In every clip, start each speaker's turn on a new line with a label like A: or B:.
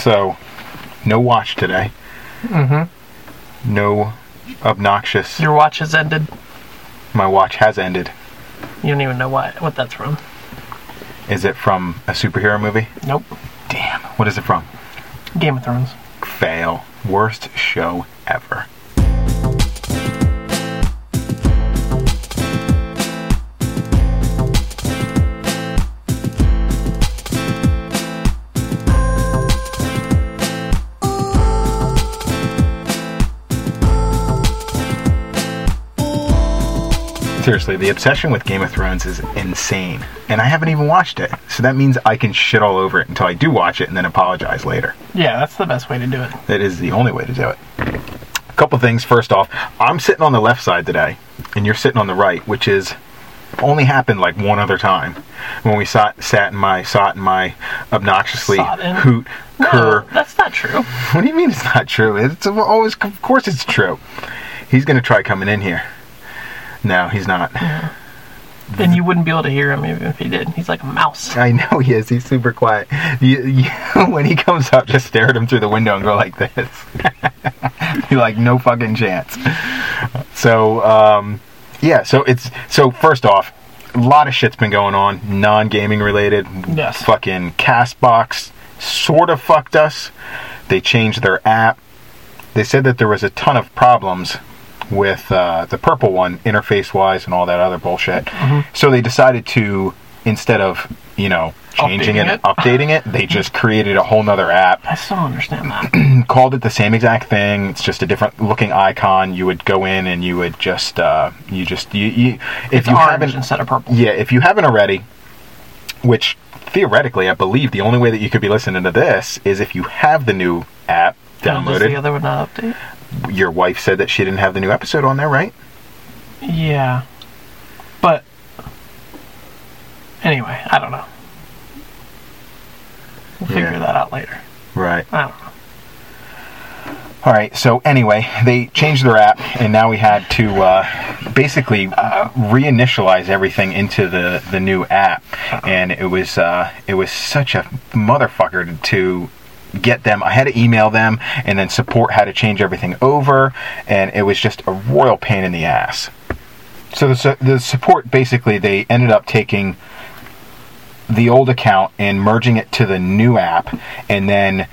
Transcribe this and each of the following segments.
A: So, no watch today. Mm-hmm. No obnoxious.
B: Your watch has ended.
A: My watch has ended.
B: You don't even know what what that's from.
A: Is it from a superhero movie?
B: Nope.
A: Damn. What is it from?
B: Game of Thrones.
A: Fail. Worst show ever. Seriously, the obsession with Game of Thrones is insane. And I haven't even watched it. So that means I can shit all over it until I do watch it and then apologize later.
B: Yeah, that's the best way to do it.
A: That is the only way to do it. A couple things. First off, I'm sitting on the left side today, and you're sitting on the right, which is only happened like one other time when we sat, sat in my sat in my obnoxiously
B: Sot in?
A: hoot cur.
B: No, that's not true.
A: What do you mean it's not true? It's always of course it's true. He's gonna try coming in here. No, he's not.
B: Then you wouldn't be able to hear him even if he did. He's like a mouse.
A: I know he is. He's super quiet. You, you, when he comes up, just stare at him through the window and go like this. You're like, no fucking chance. So, um, yeah. So it's so first off, a lot of shit's been going on, non-gaming related.
B: Yes.
A: Fucking Castbox sort of fucked us. They changed their app. They said that there was a ton of problems with uh, the purple one, interface wise, and all that other bullshit.
B: Mm-hmm.
A: So they decided to instead of you know changing
B: Updating
A: it,
B: it.
A: updating it, they just created a whole nother app
B: I still don't understand that.
A: called it the same exact thing. It's just a different looking icon. You would go in and you would just uh, you just you, you if
B: It's
A: you
B: orange
A: haven't
B: instead of purple.
A: yeah if you haven't already, which theoretically I believe the only way that you could be listening to this is if you have the new app
B: Does the
A: downloaded.
B: other one not update?
A: Your wife said that she didn't have the new episode on there, right?
B: Yeah. But anyway, I don't know. We'll figure
A: Yeah.
B: that out later.
A: Right.
B: I don't know.
A: All right. So anyway, they changed their app, and now we had to uh, basically reinitialize everything into the, the new app, and it was uh, it was such a motherfucker to get them. I had to email them, and then support had to change everything over, and it was just a royal pain in the ass. So the su- the support basically they ended up taking the old account and merging it to the new app, and then.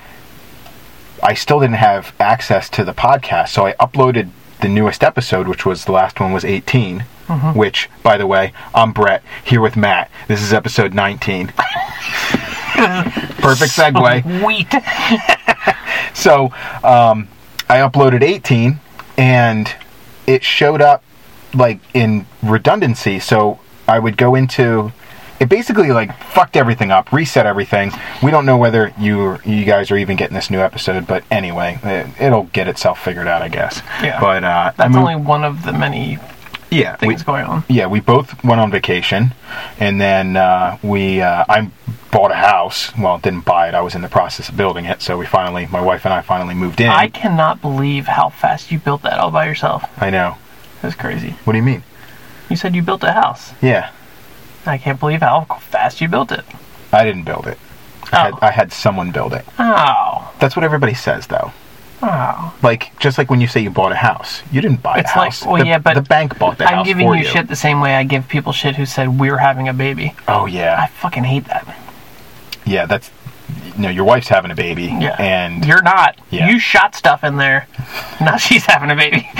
A: I still didn't have access to the podcast, so I uploaded the newest episode, which was the last one was 18. Which, by the way, I'm Brett here with Matt. This is episode 19. Perfect segue
B: Wheat.
A: so um, I uploaded 18, and it showed up like in redundancy. So I would go into it basically like fucked everything up, reset everything. We don't know whether you you guys are even getting this new episode, but anyway, it, it'll get itself figured out, I guess.
B: Yeah.
A: But uh, I
B: That's
A: moved-
B: only one of the many
A: yeah we-
B: things going on.
A: yeah, we both went on vacation, and then uh, we uh, I bought a house. Well, didn't buy it. I was in the process of building it. So we finally, my wife and I finally moved in.
B: I cannot believe how fast you built that all by yourself.
A: I know.
B: That's crazy.
A: What do you mean?
B: You said you built a house.
A: Yeah,
B: I can't believe how fast you built it.
A: I didn't build it. I, had,
B: Oh.
A: I had someone build it.
B: Oh.
A: That's what everybody says, though.
B: Oh.
A: Like just like when you say you bought a house, you didn't buy
B: It's
A: a
B: like,
A: house.
B: well,
A: the,
B: yeah, but
A: the bank bought the
B: I'm
A: house
B: giving
A: for
B: you shit the same way I give people shit who said we're having a baby.
A: Oh
B: I
A: yeah,
B: fucking hate that.
A: yeah. That's no. Your wife's having a baby,
B: Yeah.
A: and
B: you're not.
A: Yeah.
B: You shot stuff in there. Now she's having a baby.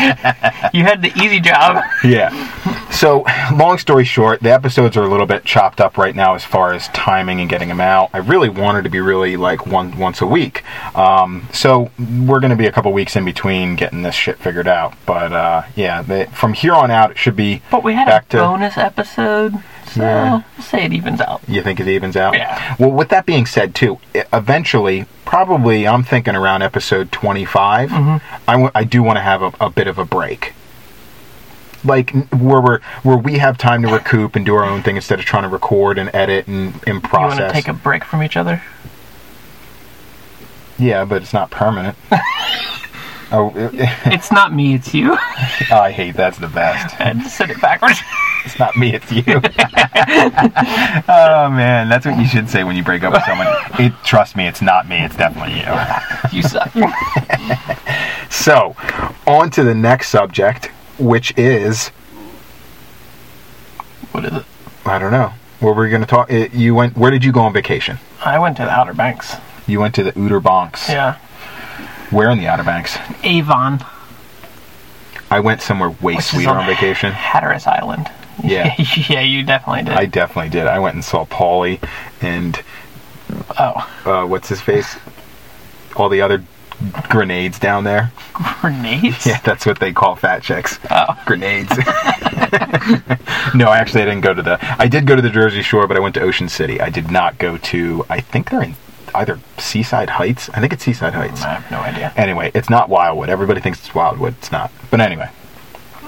B: you had the easy job.
A: Yeah. So, long story short, the episodes are a little bit chopped up right now as far as timing and getting them out. I really wanted to be really like one once a week. Um, so we're going to be a couple weeks in between getting this shit figured out. But uh, yeah, they, from here on out, it should be.
B: But we had
A: back
B: a bonus episode, so
A: Yeah.
B: we'll say it evens out.
A: You think it evens out?
B: Yeah.
A: Well, with that being said, too, e- eventually, probably, I'm thinking around episode 25,
B: Mm-hmm.
A: I, w- I do want to have a, a bit of a break. Like n- where we're where we have time to recoup and do our own thing instead of trying to record and edit and, and
B: You
A: process.
B: want to take a break from each other?
A: yeah, but it's not permanent. oh, it-
B: It's not me, it's you.
A: I hate that's the best.
B: and said it backwards.
A: it's not me, it's you. oh man, that's what you should say when you break up with someone. It trust me, it's not me, it's definitely you.
B: You suck.
A: So, on to the next subject, which is
B: what is it?
A: I don't know. What were we going to talk? It, you went. Where did you go on vacation?
B: I went to the Outer Banks.
A: You went to the Outer Banks.
B: Yeah.
A: Where in the Outer Banks?
B: Avon.
A: I went somewhere way
B: which is
A: sweeter on vacation.
B: Hatteras Island.
A: Yeah.
B: yeah, you definitely did.
A: I definitely did. I went and saw Paulie and
B: oh,
A: uh, what's his face? All the other grenades down there.
B: grenades?
A: Yeah, that's what they call fat chicks.
B: Oh.
A: Grenades. no, actually, I didn't go to the. I did go to the Jersey Shore, but I went to Ocean City. I did not go to. I think they're in either Seaside Heights. I think it's Seaside Heights.
B: I have no idea.
A: Anyway, it's not Wildwood. Everybody thinks it's Wildwood. It's not. But anyway.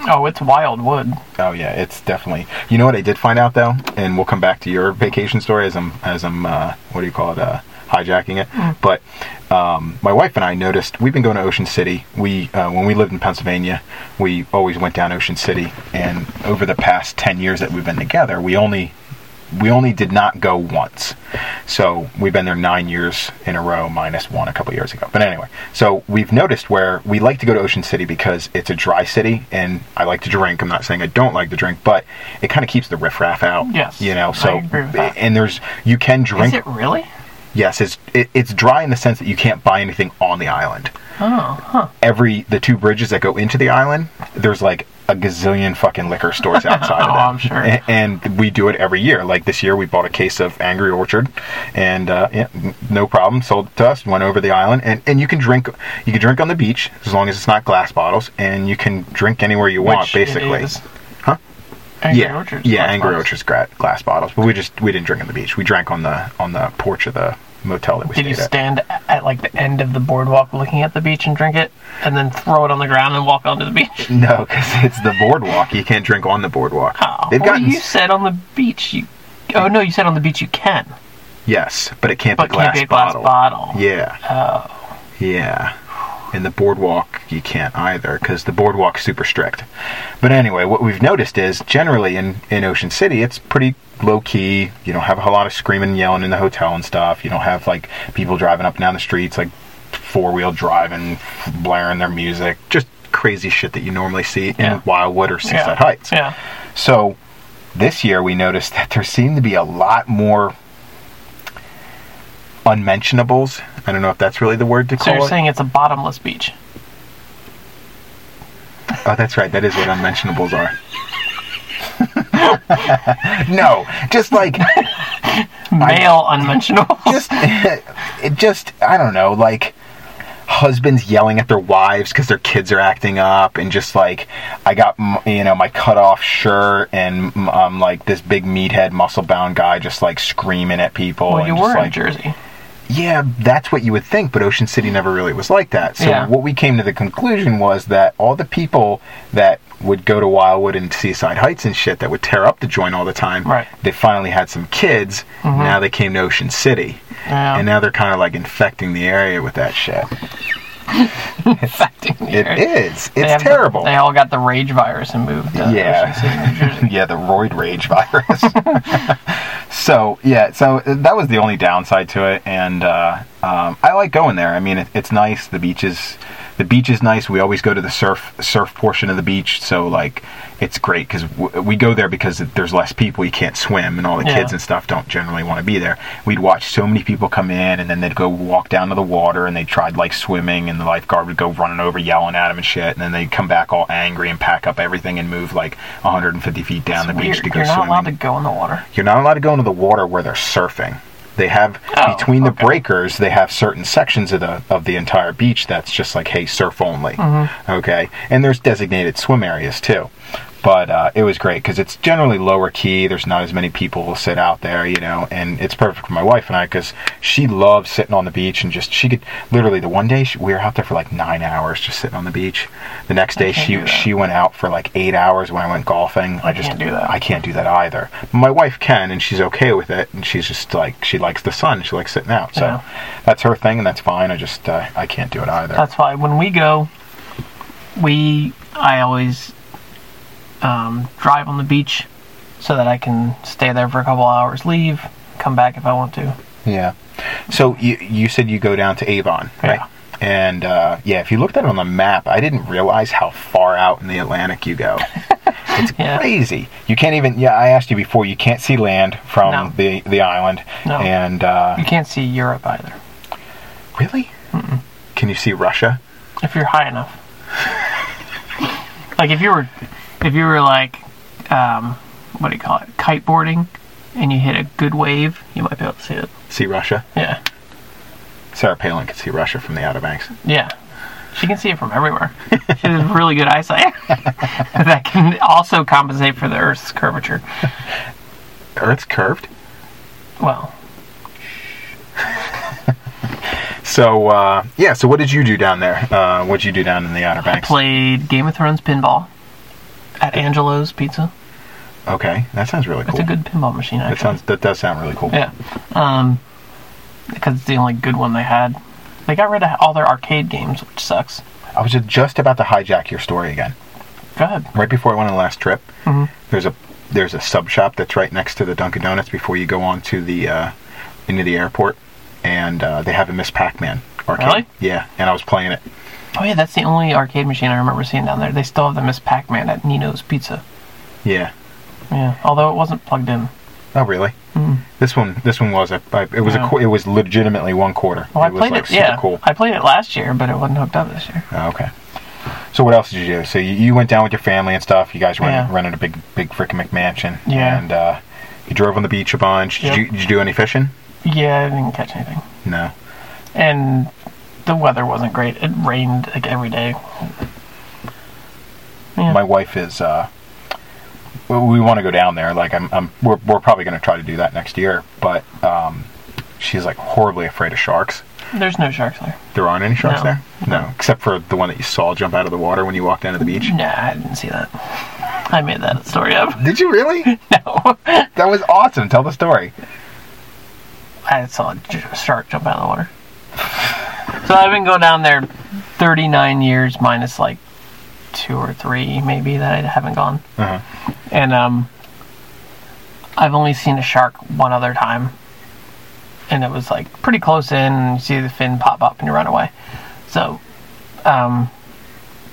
B: Oh, it's Wildwood.
A: Oh yeah, it's definitely. You know what I did find out though, and we'll come back to your vacation story as I'm as I'm uh, what do you call it uh, hijacking it. But um, my wife and I noticed we've been going to Ocean City. We uh, when we lived in Pennsylvania, we always went down Ocean City, and over the past ten years that we've been together, we only we only did not go once. So we've been there nine years in a row, minus one a couple years ago. But anyway, so we've noticed where we like to go to Ocean City because it's a dry city, and I like to drink. I'm not saying I don't like to drink, but it kind of keeps the riffraff out.
B: Yes,
A: you know.
B: I
A: So
B: agree with that.
A: and there's you can
B: Is
A: drink.
B: it really?
A: Yes, it's it, it's dry in the sense that you can't buy anything on the island.
B: Oh, huh.
A: Every the two bridges that go into the island, there's like a gazillion fucking liquor stores outside of
B: Oh,
A: that.
B: I'm sure.
A: A- And, we do it every year. Like this year, we bought a case of Angry Orchard, and uh, yeah, n- no problem, sold it to us. Went over the island, and, and you can drink you can drink on the beach as long as it's not glass bottles, and you can drink anywhere you want,
B: Which it
A: basically.
B: is.
A: Huh?
B: Angry
A: yeah,
B: Orchard's
A: yeah,
B: Black
A: Angry
B: Box.
A: Orchard's gra- glass bottles, but we just we didn't drink on the beach. We drank on the on the porch of the motel that we
B: Did you
A: stayed at.
B: stand at like the end of the boardwalk looking at the beach and drink it, and then throw it on the ground and walk onto the beach?
A: No, because it's the boardwalk. You can't drink on the boardwalk.
B: Oh,
A: They've
B: well,
A: gotten
B: you said on the beach you. Oh no, you said on the beach you can,
A: yes, but it can't
B: but
A: be glass
B: can't be a glass
A: bottle.
B: bottle. Oh.
A: Yeah. Yeah. And the boardwalk, you can't either because the boardwalk's super strict. But anyway, what we've noticed is generally in, in Ocean City, it's pretty low key. You don't have a whole lot of screaming, yelling in the hotel and stuff. You don't have like people driving up and down the streets, like four wheel driving, blaring their music, just crazy shit that you normally see
B: Yeah.
A: in Wildwood or Seaside
B: yeah.
A: Heights.
B: Yeah.
A: So this year we noticed that there seemed to be a lot more unmentionables. I don't know if that's really the word to
B: So
A: call
B: you're
A: it.
B: saying it's a bottomless beach?
A: oh, that's right. That is what unmentionables are. no, just like
B: Male unmentionable.
A: just it just I don't know, like husbands yelling at their wives because their kids are acting up and just like i got m- you know my cut off shirt and mm, um, like this big meathead muscle bound guy just like screaming at people
B: well,
A: and
B: you
A: Oh, just
B: were in
A: like
B: Jersey.
A: yeah, that's what you would think, but Ocean City never really was like that. So
B: Yeah.
A: what we came to the conclusion was that all the people that would go to Wildwood and Seaside Heights and shit that would tear up the joint all the time,
B: Right. Mm-hmm.
A: they finally had some kids. Now they came to Ocean City.
B: Yeah.
A: And now they're kind of like infecting the area with that shit.
B: Infecting the
A: It
B: area.
A: is.
B: They have
A: It's
B: the-
A: terrible.
B: they all got the rage virus and moved. uh, To
A: Yeah.
B: Ocean City, New Jersey.
A: yeah, the roid rage virus. so yeah, so that was the only downside to it, and uh, um, I like going there. I mean, it, it's nice. The beach is the beach is nice. We always go to the surf surf portion of the beach, so like it's great because w- we go there because there's less people. You can't swim, and all the
B: Yeah.
A: kids and stuff don't generally want to be there. We'd watch so many people come in, and then they'd go walk down to the water, and they tried like swimming, and the lifeguard would go running over, yelling at them and shit, and then they'd come back all angry and pack up everything and move like 150 feet down the beach
B: Weird.
A: to go
B: You're not
A: swimming
B: allowed to go in the water.
A: you're not allowed to go into the water where they're surfing. They have
B: Oh,
A: between the
B: okay.
A: breakers, they have certain sections of the of the entire beach that's just like, hey, surf only.
B: Mm-hmm.
A: Okay, and there's designated swim areas too. But uh, it was great because it's generally lower key. There's not as many people who sit out there, you know, and it's perfect for my wife and I because she loves sitting on the beach and just she could literally the one day she, we were out there for like nine hours just sitting on the beach. The next day
B: can't do
A: she
B: that.
A: she went out for like eight hours when I went golfing. I just
B: can't do that.
A: I can't do that either. My wife can, and she's okay with it. And she's just like she likes the sun. She likes sitting out. So
B: Yeah.
A: that's her thing, and that's fine. I just uh, I can't do it either.
B: That's why when we go, we I always um, drive on the beach so that I can stay there for a couple hours, leave, come back if I want to.
A: Yeah. So you you said you go down to Avon, right?
B: Yeah.
A: And uh, yeah, if you looked at it on the map, I didn't realize how far out in the Atlantic you go. It's
B: Yeah.
A: crazy. You can't even. Yeah, I asked you before. You can't see land from
B: No.
A: the the island.
B: No.
A: And uh,
B: You can't see Europe either
A: really, can you see Russia?
B: if you're high enough. like if you were, if you were like, um, what do you call it, kiteboarding, and you hit a good wave, you might be able to see it.
A: See Russia?
B: Yeah,
A: Sarah Palin could see Russia from the Outer Banks.
B: yeah. She can see it from everywhere. She has really good eyesight. that can also compensate for the Earth's curvature.
A: Earth's curved.
B: Well,
A: So uh, yeah. So what did you do down there? Uh, what did you do down in the Outer
B: I
A: Banks?
B: played Game of Thrones pinball at Angelo's Pizza.
A: Okay, that sounds really cool.
B: It's a good pinball machine,
A: that
B: actually.
A: sounds that does sound really cool.
B: Yeah. Um, because it's the only good one they had. They got rid of all their arcade games, which sucks.
A: I was just about to hijack your story again.
B: Go ahead.
A: Right before I went on the last trip,
B: Mm-hmm.
A: there's a there's a sub shop that's right next to the Dunkin' Donuts before you go on to the uh, into the airport, and uh, they have a Miss Pac-Man arcade.
B: Really?
A: Yeah, and I was playing it.
B: Oh, yeah, that's the only arcade machine I remember seeing down there. They still have the Miss Pac Man at Nino's Pizza.
A: Yeah.
B: Yeah, although it wasn't plugged in.
A: Oh really? This one this one was a, I, it was
B: Hmm. Yeah.
A: a qu- it was legitimately one quarter.
B: Well, I
A: it was
B: played
A: like
B: it.
A: super
B: Yeah,
A: cool.
B: I played it last year, but it wasn't hooked up this year.
A: Oh, okay. So what else did you do? So you, you went down with your family and stuff. You guys were
B: Yeah.
A: rented a big, big frickin' McMansion.
B: Yeah.
A: And uh, you drove on the beach a bunch.
B: Yep.
A: Did, you, did you do any fishing?
B: Yeah, I didn't catch anything.
A: No.
B: And the weather wasn't great. It rained like every day. Yeah.
A: My wife is. Uh, we, we want to go down there. Like I'm, I'm we're, we're probably going to try to do that next year. But um, she's like horribly afraid of sharks.
B: There's no sharks there.
A: There aren't any sharks
B: No.
A: there. No, except for the one that you saw jump out of the water when you walked down to the beach.
B: Nah, I didn't see that. I made that story up.
A: Did you really?
B: No.
A: That was awesome. Tell the story.
B: I saw a j- shark jump out of the water. so I've been going down there 39 years, minus like two or three, maybe that I haven't gone.
A: Uh-huh.
B: And um, I've only seen a shark one other time, and it was like pretty close in. And you see the fin pop up and you run away. So, um,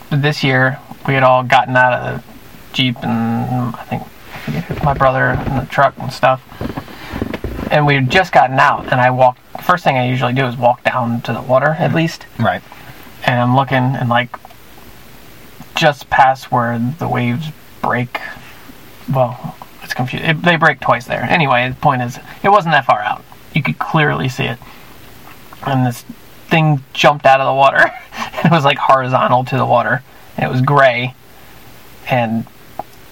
B: but this year we had all gotten out of the jeep and I think I forget who- my brother in the truck and stuff and we had just gotten out and i walked first thing i usually do is walk down to the water at least
A: Right.
B: and i'm looking and like just past where the waves break well it's confusing it, they break twice there anyway the point is it wasn't that far out you could clearly see it and this thing jumped out of the water it was like horizontal to the water and it was gray and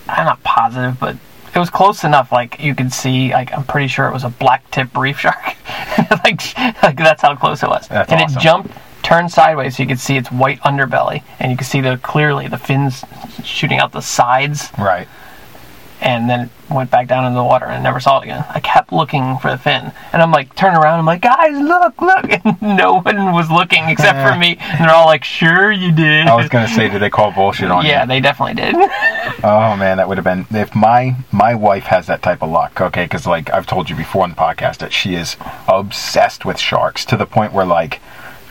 B: I'm not positive, but it was close enough. Like you could see, like I'm pretty sure it was a black tip reef shark. like, like that's how close it was.
A: That's
B: and
A: awesome.
B: it jumped, turned sideways, so you could see its white underbelly, and you could see the clearly the fins shooting out the sides,
A: Right.
B: and then it went back down into the water, and I never saw it again. I kept looking for the fin, and I'm like, turn around, I'm like, guys, look, look, and no one was looking except for me, and they're all like, sure you did.
A: I was going to say, did they call bullshit on you?
B: yeah, they definitely did.
A: Oh man, that would have been if my my wife has that type of luck. Okay, because like I've told you before on the podcast that she is obsessed with sharks to the point where like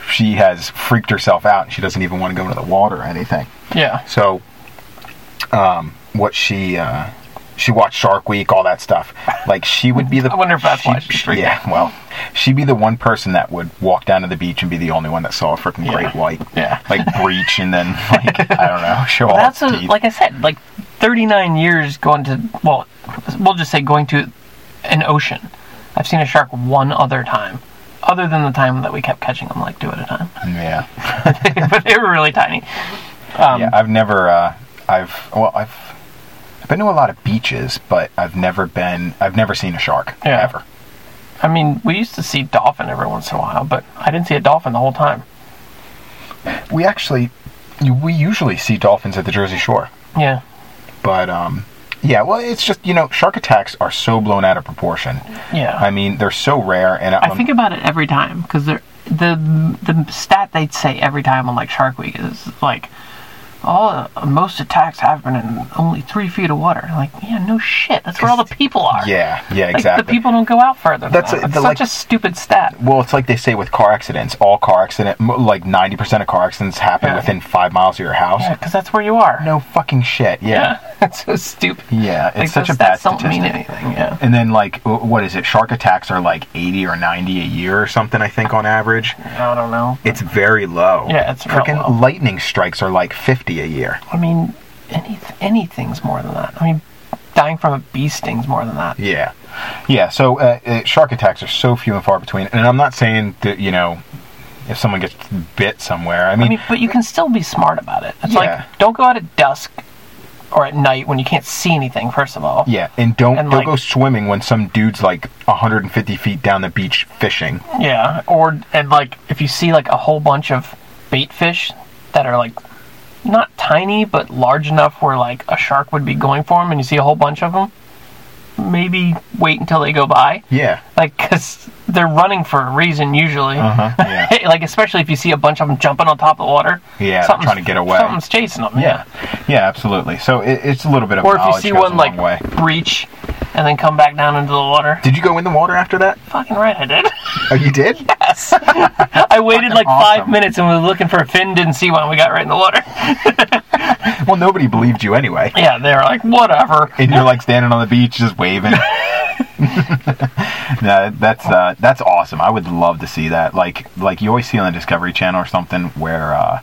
A: she has freaked herself out and she doesn't even want to go into the water or anything.
B: yeah.
A: So, um, what she uh, she watched Shark Week, all that stuff. Like she would be the.
B: I wonder if that's
A: she-
B: why she's freaked
A: Yeah, well, she'd be the one person that would walk down to the beach and be the only one that saw a freaking great
B: Yeah.
A: white.
B: Yeah.
A: Like breach and then like I don't know show all
B: That's
A: its
B: a,
A: teeth.
B: like I said, like 39 years going to well, we'll just say going to an ocean. I've seen a shark one other time, other than the time that we kept catching them like two at a time.
A: yeah.
B: but they were really tiny. Um,
A: yeah, I've never. Uh, I've well, I've I've been to a lot of beaches, but I've never been. I've never seen a shark
B: Yeah.
A: ever.
B: I mean, we used to see dolphin every once in a while, but I didn't see a dolphin the whole time.
A: We actually, we usually see dolphins at the Jersey Shore,
B: Yeah,
A: but um, yeah. Well, it's just you know, shark attacks are so blown out of proportion.
B: yeah.
A: I mean, they're so rare, and
B: I think about it every time because the the stat they'd say every time on like Shark Week is like all uh, most attacks happen in only three feet of water. Like, yeah, no shit. That's where all the people are.
A: Yeah, yeah,
B: Like,
A: exactly.
B: The people don't go out further. Than
A: That's
B: That's
A: a-
B: It's
A: the,
B: such
A: like-
B: a stupid stat.
A: well, it's like they say with car accidents. All car accident, mo- like ninety percent of car accidents happen
B: Yeah.
A: within five miles of your house.
B: Yeah, because that's where you are.
A: No fucking shit. Yeah,
B: that's so stupid.
A: yeah. It's
B: Like,
A: such
B: those
A: a bad
B: stats don't
A: statistic.
B: mean anything. Yeah.
A: And then like, w- what is it? Shark attacks are like eighty or ninety a year or something. I think on average,
B: I don't know.
A: it's very low.
B: Yeah, it's real
A: freaking
B: low.
A: lightning strikes are like fifty a year.
B: I mean, any anything's more than that. I mean, dying from a bee sting's more than that.
A: Yeah, yeah. So uh, uh, shark attacks are so few and far between, and I'm not saying that you know if someone gets bit somewhere. I mean,
B: I mean, but you can still be smart about it. It's
A: Yeah.
B: like don't go out at dusk or at night when you can't see anything. First of all,
A: yeah, and don't
B: and,
A: don't
B: like-
A: go swimming when some dude's like 150 feet down the beach fishing.
B: Yeah, or and like if you see like a whole bunch of bait fish that are like not tiny but large enough where like a shark would be going for them, and you see a whole bunch of them, maybe wait until they go by,
A: Yeah,
B: like because they're running for a reason usually.
A: uh huh. Yeah.
B: like especially if you see a bunch of them jumping on top of the water.
A: Yeah, they're
B: something's-
A: trying to get away.
B: Something's chasing them.
A: Yeah, yeah, absolutely. So it, it's a little bit of
B: Or if you
A: knowledge
B: see
A: goes
B: one
A: a long
B: like
A: way.
B: breach and then come back down into the water.
A: Did you go in the water after that?
B: Fucking right, I did.
A: Oh, you did?
B: Yes. I waited like five
A: awesome.
B: minutes and was looking for a fin, didn't see one. We got right in the water.
A: well, nobody believed you anyway.
B: Yeah, they were like, whatever.
A: And you're like standing on the beach, just waving. no, that's uh, that's awesome. I would love to see that. Like like you always see on the Discovery Channel or something where uh,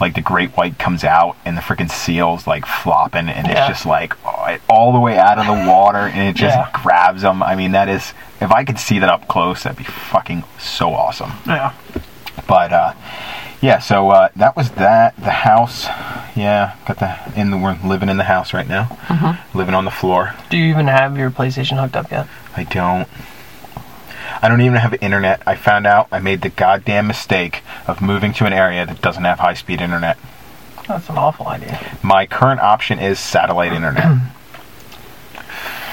A: like the great white comes out and the freaking seals like flopping and
B: Yeah.
A: it's just like oh, it- all the way out of the water and it just
B: Yeah.
A: grabs them. I mean that is if I could see that up close, that'd be fucking so awesome.
B: Yeah.
A: But uh, yeah, so uh, that was that. The house, yeah, got the in the we're living in the house right now, living on the floor.
B: Do you even have your PlayStation hooked up yet?
A: I don't. I don't even have internet. I found out I made the goddamn mistake of moving to an area that doesn't have high speed internet.
B: That's an awful idea.
A: My current option is satellite internet.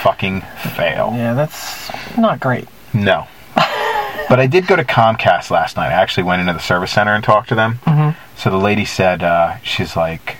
A: Fucking fail.
B: Yeah, that's not great.
A: No. but I did go to Comcast last night. I actually went into the service center and talked to them. So the lady said, uh, she's like,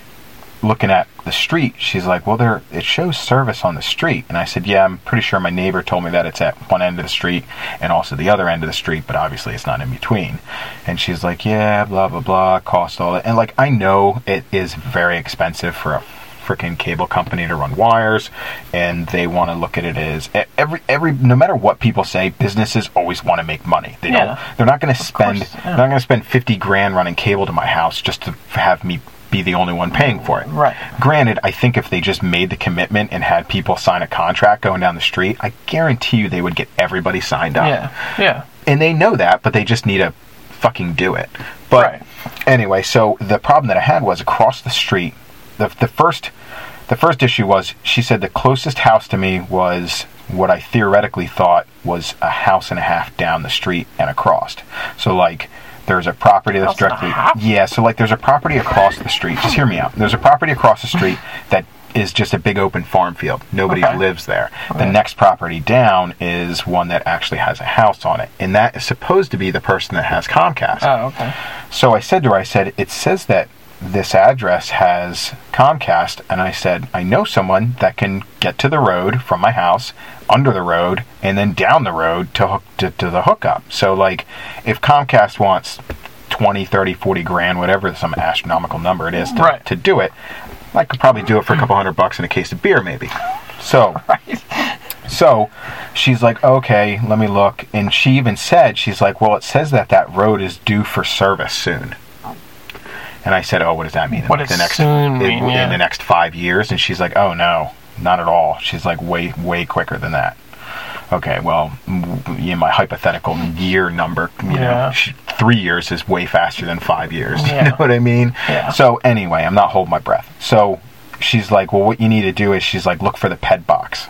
A: looking at the street, she's like, well, there it shows service on the street. And I said, yeah, I'm pretty sure my neighbor told me that it's at one end of the street and also the other end of the street, but obviously it's not in between. And she's like, yeah, blah, blah, blah, cost all that. And like, I know it is very expensive for a freaking cable company to run wires and they want to look at it as e- every every no matter what people say businesses always want to make money they
B: Yeah.
A: don't they're not going to spend
B: course, yeah.
A: they're not going to spend 50 grand running cable to my house just to have me be the only one paying for it
B: Right.
A: granted i think if they just made the commitment and had people sign a contract going down the street i guarantee you they would get everybody signed up
B: Yeah. Yeah.
A: and they know that, but they just need to fucking do it. But
B: Right.
A: anyway, so the problem that I had was across the street. the The first, the first issue was she said the closest house to me was what I theoretically thought was a house and a half down the street and across. So like. There's a property that's
B: House and a
A: directly
B: half?
A: yeah. So like, there's a property across the street. Just hear me out. There's a property across the street that is just a big open farm field. Nobody
B: Okay.
A: lives there. The next property down is one that actually has a house on it, and that is supposed to be the person that has Comcast.
B: Oh, okay.
A: So I said to her, I said, it says that this address has Comcast, and I said, I know someone that can get to the road from my house, under the road, and then down the road to hook to, to the hookup. So like, if Comcast wants 20, 30, 40 grand, whatever some astronomical number it is to,
B: Right.
A: to do it, I could probably do it for a couple hundred bucks and a case of beer, maybe. So. So she's like, okay, let me look. And she even said, she's like, well, it says that that road is due for service soon. And I said, oh, what does that mean? In
B: What
A: like
B: does soon
A: in,
B: mean,
A: in
B: yeah.
A: the next five years? And she's like, oh, no, not at all. She's like, way, way quicker than that. Okay, well, m- in my hypothetical year number, you know,
B: Yeah.
A: sh- three years is way faster than five years.
B: Yeah.
A: You know what I mean?
B: Yeah.
A: So anyway, I'm not holding my breath. So she's like, well, what you need to do is she's like, look for the ped box.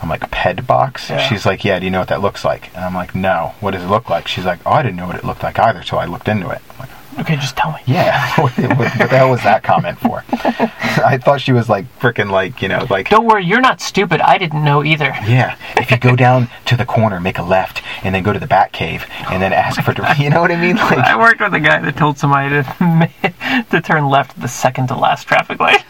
A: I'm like, ped box?
B: Yeah.
A: She's like, yeah, do you know what that looks like? And I'm like, no. What does it look like? She's like, oh, I didn't know what it looked like either, so I looked into it. I'm like,
B: Okay, just tell me.
A: Yeah, what, what, what the hell was that comment for? I thought she was like freaking like you know like
B: Don't worry, you're not stupid. I didn't know either.
A: yeah. If you go down to the corner, make a left, and then go to the back cave, and then ask for dir- you know what I mean?
B: I
A: Like
B: worked with a guy that told somebody to to turn left at the second to last traffic light.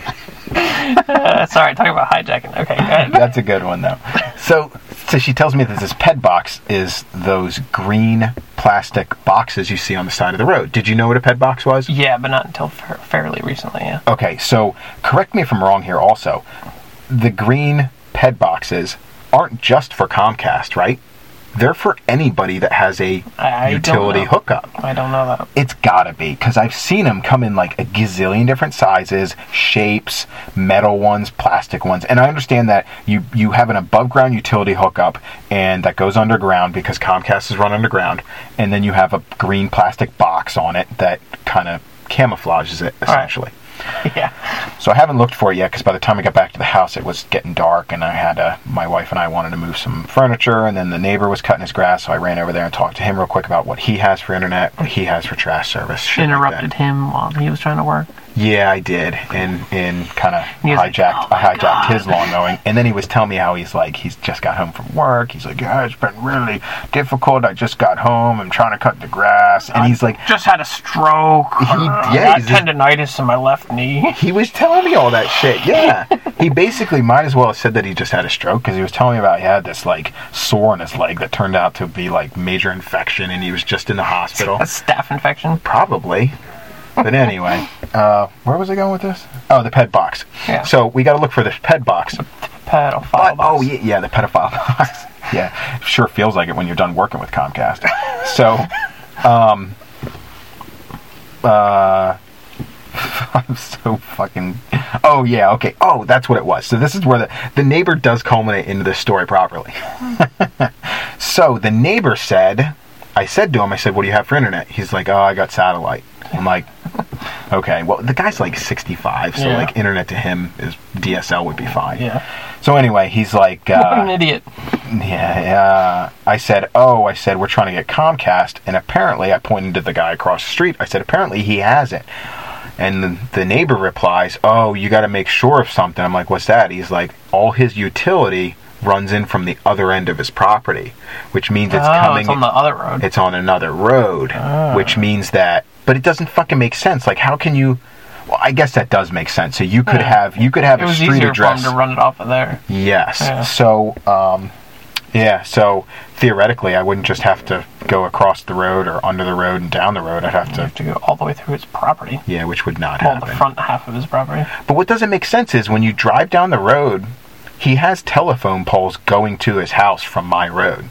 B: uh, sorry, talking about hijacking. Okay, go ahead.
A: that's a good one though. So so she tells me that this ped box is those green plastic boxes you see on the side of the road. Did you know what a ped box was?
B: Yeah, but not until fa- fairly recently. Yeah.
A: Okay, so correct me if I'm wrong here also. The green ped boxes aren't just for Comcast, right? They're for anybody that has a
B: I don't
A: utility
B: know.
A: hookup.
B: I don't know that.
A: It's gotta be, because I've seen them come in like a gazillion different sizes, shapes, metal ones, plastic ones. And I understand that you, you have an above ground utility hookup and that goes underground because Comcast is run underground. And then you have a green plastic box on it that kind of camouflages it
B: right.
A: essentially.
B: Yeah.
A: So I haven't looked for it yet because by the time I got back to the house, it was getting dark, and I had uh my wife and I wanted to move some furniture, and then the neighbor was cutting his grass, so I ran over there and talked to him real quick about what he has for internet, what he has for trash service. shit like
B: Interrupted
A: that.
B: him while he was trying to work.
A: Yeah, I did, and and kind of
B: He was like,
A: hijacked.
B: "Oh
A: I
B: my
A: hijacked
B: God."
A: his lawn mowing, and then he was telling me how he's like he's just got home from work. He's like, yeah, it's been really difficult. I just got home. I'm trying to cut the grass, and he's like.
B: Just had a stroke. He,
A: yeah, he's just-
B: tendonitis in my left knee.
A: He was telling me all that shit. Yeah, he basically might as well have said that he just had a stroke because he was telling me about he had this like sore in his leg that turned out to be like major infection, and he was just in the hospital.
B: A staph infection.
A: Probably. But anyway, uh, where was I going with this? Oh, the ped box.
B: Yeah.
A: So we got to look for this ped box.
B: Pedophile.
A: But- oh
B: box.
A: yeah, yeah, the pedophile box. yeah, sure feels like it when you're done working with Comcast. So, um, uh, I'm so fucking. Oh yeah, okay. Oh, that's what it was. So this is where the the neighbor does culminate into this story properly. so the neighbor said, I said to him, I said, "What do you have for internet?" He's like, "Oh, I got satellite." I'm like. Okay, well, the guy's like 65, so
B: Yeah.
A: like internet to him is DSL would be fine.
B: Yeah.
A: So anyway, he's like,
B: What an
A: uh,
B: idiot.
A: yeah, yeah. I said, oh, I said, we're trying to get Comcast, and apparently, I pointed to the guy across the street. I said, apparently, he has it. And the, the neighbor replies, oh, you got to make sure of something. I'm like, what's that? He's like, all his utility runs in from the other end of his property, which means it's
B: oh,
A: coming
B: it's on the Ah. other road.
A: it's on another road, which means that. But it doesn't fucking make sense. Like, how can you? Well, I guess that does make sense. So you could
B: Yeah.
A: have you could have
B: it
A: a
B: was
A: street
B: easier for him
A: address.
B: to run it off of there.
A: Yes.
B: Yeah.
A: So, um, yeah. So theoretically, I wouldn't just have to go across the road or under the road and down the road. I'd have
B: You
A: to.
B: have to go all the way through his property.
A: Yeah, which would not
B: Well, the
A: happen.
B: front half of his property.
A: But what doesn't make sense is when you drive down the road, he has telephone poles going to his house from my road.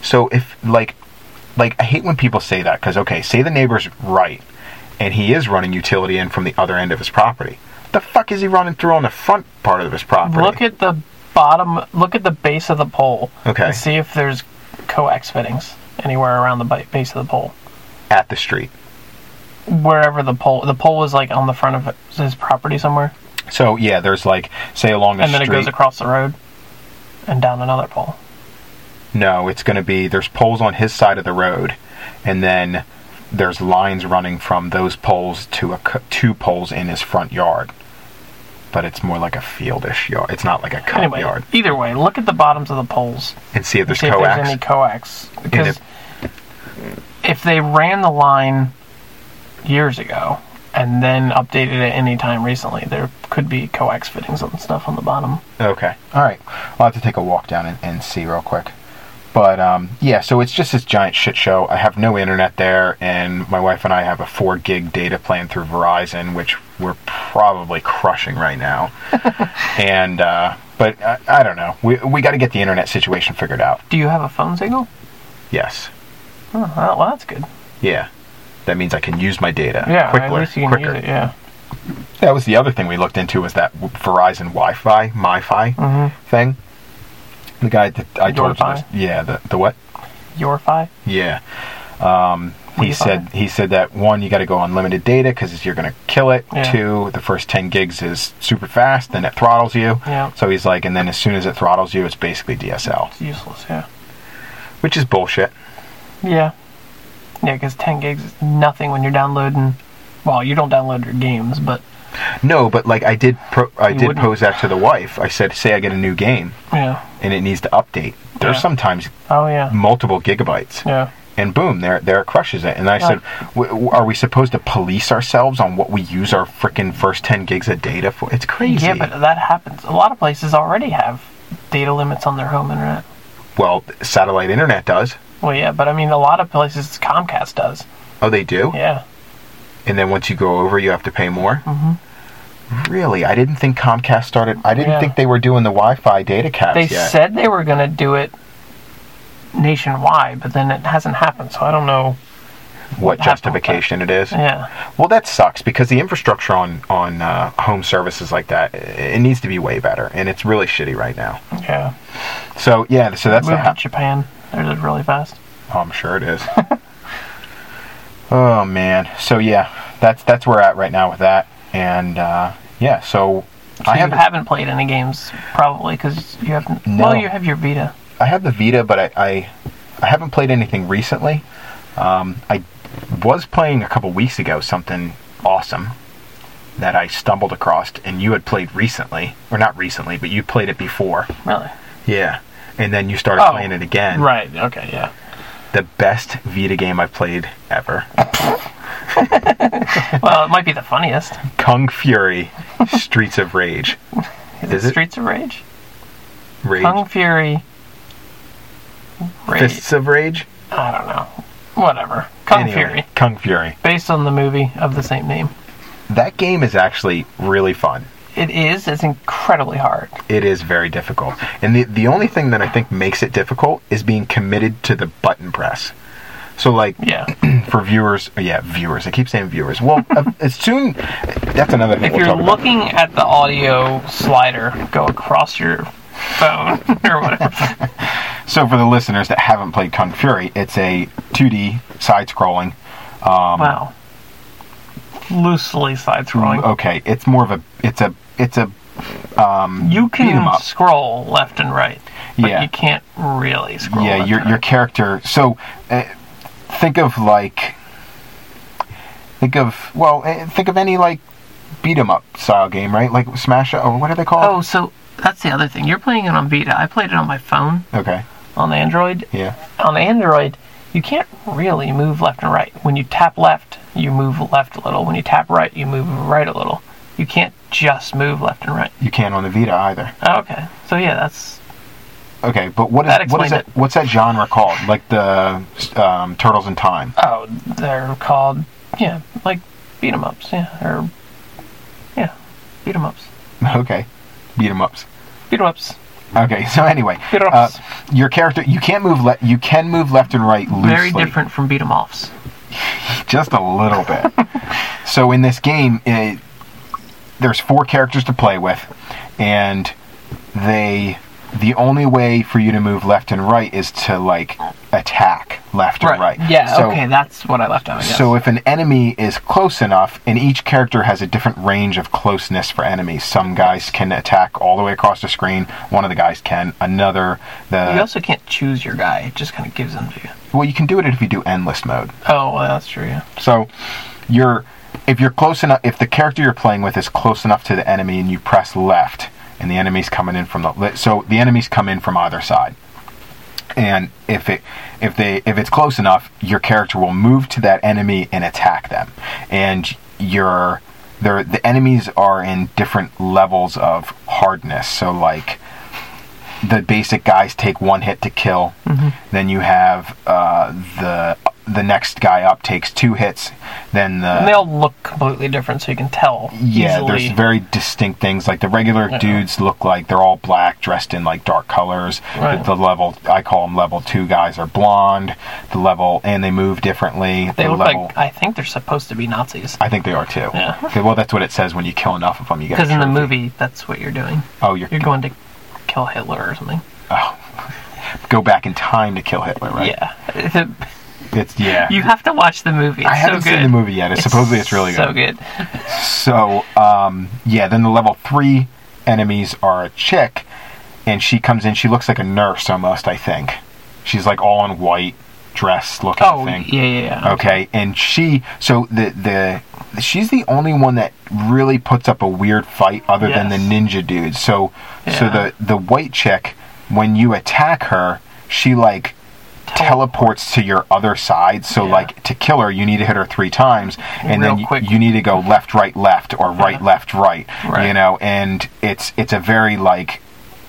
A: So if like like I hate when people say that cuz okay, say the neighbor's right and he is running utility in from the other end of his property. The fuck is he running through on the front part of his property?
B: Look at the bottom. Look at the base of the pole.
A: Okay.
B: And see if there's coax fittings anywhere around the bi- base of the pole.
A: at the street.
B: Wherever the pole, the pole is like on the front of his property somewhere,
A: So yeah, there's like say along the
B: and then
A: street.
B: it goes across the road and down another pole.
A: No, it's going to be there's poles on his side of the road, and then there's lines running from those poles to a c- two poles in his front yard. But it's more like a fieldish yard. It's not like a cut
B: Anyway,
A: yard.
B: either way, look at the bottoms of the poles.
A: And see if there's
B: see if
A: coax.
B: there's any coax. Because
A: if-
B: if they ran the line years ago and then updated it any time recently, there could be coax fittings and stuff on the bottom.
A: Okay. All right. I'll have to take a walk down and, and see real quick. But um, yeah, so it's just this giant shit show. I have no internet there, and my wife and I have a four gig data plan through Verizon, which we're probably crushing right now. and uh, but I, I don't know. We we got to get the internet situation figured out.
B: Do you have a phone signal?
A: Yes.
B: Oh,
A: Uh-huh.
B: well, well, that's good.
A: Yeah. That means I can use my data
B: Yeah,
A: quickly,
B: at least you can
A: quicker.
B: use it. Yeah,
A: That was the other thing we looked into was that Verizon Wi-Fi, MiFi
B: Mm. Mm-hmm.
A: thing. The guy that I told you,
B: Your-fi?
A: this- yeah, the the what?
B: your fi.
A: Yeah. Um, he
B: Wi-Fi.
A: said he said that one, you got to go unlimited data because you're going to kill it.
B: Yeah.
A: Two, the first ten gigs is super fast, then it throttles you.
B: Yeah.
A: So he's like, and then as soon as it throttles you, it's basically DSL,
B: It's useless. Yeah,
A: which is bullshit.
B: yeah. Yeah, because 10 gigs is nothing when you're downloading. Well, you don't download your games, but
A: No, but like I did, pro- I
B: You
A: did
B: wouldn't-
A: pose that to the wife. I said, "Say I get a new game
B: yeah.
A: and it needs to update." There's
B: Yeah.
A: sometimes
B: Oh yeah.
A: multiple gigabytes,
B: Yeah.
A: and boom, there there it crushes it. And I
B: Yeah.
A: said, w- w- "Are we supposed to police ourselves on what we use our freaking first ten gigs of data for?" It's crazy.
B: Yeah, but that happens. A lot of places already have data limits on their home internet.
A: well, satellite internet does.
B: Well, yeah, but I mean, a lot of places Comcast does.
A: Oh, they do.
B: Yeah.
A: And then once you go over, you have to pay more. Mm-hmm. Really, I didn't think Comcast started. I didn't
B: Yeah.
A: think they were doing the Wi-Fi data caps
B: They
A: yet.
B: said they were going to do it nationwide, but then it hasn't happened, so I don't know.
A: what
B: Apple,
A: justification it is?
B: Yeah.
A: Well, that sucks because the infrastructure on on uh, home services like that it needs to be way better, and it's really shitty right now.
B: Yeah.
A: So yeah, so that's
B: Moved
A: not
B: to
A: hap-
B: Japan. They did really fast.
A: Oh, I'm sure it is. oh man, so yeah, that's that's where we're at right now with that, and uh, yeah, so,
B: So
A: I
B: you
A: haven't
B: haven't played any games, probably, because you haven't.
A: No.
B: Well, you have your Vita.
A: I have the Vita, but I I, I haven't played anything recently. Um, I was playing a couple weeks ago something awesome that I stumbled across, and you had played recently, or not recently, but you played it before.
B: Really?
A: Yeah. And then you started
B: Oh,
A: playing it again.
B: Right. Okay. Yeah.
A: The best Vita game I've played ever.
B: Well, it might be the funniest.
A: Kung Fury, Streets of Rage.
B: Is,
A: Is
B: it
A: it?
B: Streets of Rage?
A: Rage.
B: Kung Fury. Rage.
A: Fists of Rage.
B: I don't know. Whatever. Kung
A: Anyway,
B: Fury.
A: Kung Fury.
B: Based on the movie of the same name.
A: That game is actually really fun.
B: It is. It's incredibly hard.
A: It is very difficult. And the the only thing that I think makes it difficult is being committed to the button press. So like
B: Yeah.
A: for viewers, oh, yeah, viewers. I keep saying viewers. Well, uh, as soon that's another thing
B: if
A: we'll
B: you're
A: talk about.
B: looking at the audio slider, go across your phone or whatever.
A: So for the listeners that haven't played Kung Fury, it's a 2D side-scrolling Um,
B: wow. Loosely side scrolling.
A: Okay, it's more of a it's a it's a
B: you
A: um, beat 'em
B: can
A: up.
B: scroll left and right, but
A: Yeah.
B: you can't really scroll.
A: yeah
B: left
A: your
B: and
A: your
B: right.
A: character. So uh, think of like think of well eh, think of any like beat 'em up style game, right? Like Smash or what are they
B: Oh,
A: called?
B: so that's the other thing. You're playing it on Vita. I played it on my phone
A: Okay,
B: on Android.
A: yeah.
B: On Android, you can't really move left and right. When you tap left, you move left a little. When you tap right, you move right a little. You can't just move left and right.
A: You can't on the Vita either.
B: Oh, okay. So yeah, that's
A: Okay, but what
B: That
A: is what is
B: explained
A: that? What's that genre called? Like the um, Turtles in Time.
B: Oh, they're called yeah, like beat 'em ups, yeah, or yeah, beat 'em ups,
A: Okay, beat 'em ups.
B: beat 'em ups.
A: Okay, so anyway,
B: Beat 'em
A: uh,
B: ups.
A: your character you can't move le- you can move left and right loosely.
B: Very different from beat 'em offs.
A: just a little bit. so in this game, eh, there's four characters to play with, and they the only way for you to move left and right is to like attack left and right.
B: Yeah.
A: So,
B: okay, that's what I left out. I guess.
A: So uh, if an enemy is close enough, and each character has a different range of closeness for enemies, some guys can attack all the way across the screen. One of the guys can. Another the
B: you also can't choose your guy; it just kind of gives them to you.
A: well, you can do it if you do endless mode.
B: Oh, well, that's true. Yeah.
A: So you're if you're close enough if the character you're playing with is close enough to the enemy and you press left and the enemy's coming in from the so the enemies come in from either side. And if it if they if it's close enough, your character will move to that enemy and attack them. And your there the enemies are in different levels of hardness. So like the basic guys take one hit to kill. Then you have uh, the the next guy up takes two hits. Then the
B: And they all look completely different, so you can tell
A: yeah,
B: easily.
A: there's very distinct things. Like the regular
B: Uh-huh.
A: dudes look like they're all black, dressed in like dark colors.
B: Right.
A: The, the level I call them level two guys are blonde. The level and they move differently.
B: they
A: the
B: look
A: level,
B: like I think they're supposed to be Nazis
A: I think they are too.
B: Yeah.
A: Okay, well, that's what it says when you kill enough of them. You get a
B: because in the
A: trophy.
B: movie that's what you're doing.
A: Oh, you're,
B: You're going to kill Hitler or something.
A: go back in time to kill Hitler, right?
B: Yeah.
A: It's yeah.
B: You have to watch the movie. It's
A: I haven't
B: so
A: seen
B: good.
A: the movie yet. It's, supposedly it's really
B: So good.
A: So, um, yeah, then the level three enemies are a chick, and she comes in. She looks like a nurse almost, I think. She's like all in white, dress looking
B: Oh,
A: thing. Uh,
B: yeah, yeah, yeah.
A: Okay, and she so the the she's the only one that really puts up a weird fight other than the
B: Yes.
A: ninja dude. So so
B: Yeah.
A: the the white chick when you attack her, she like teleports to your other side. So
B: Yeah.
A: like to kill her, you need to hit her 3 times and
B: Real
A: then you,
B: quick.
A: you need to go left right left or right left right, you
B: Right.
A: know, and it's it's a very like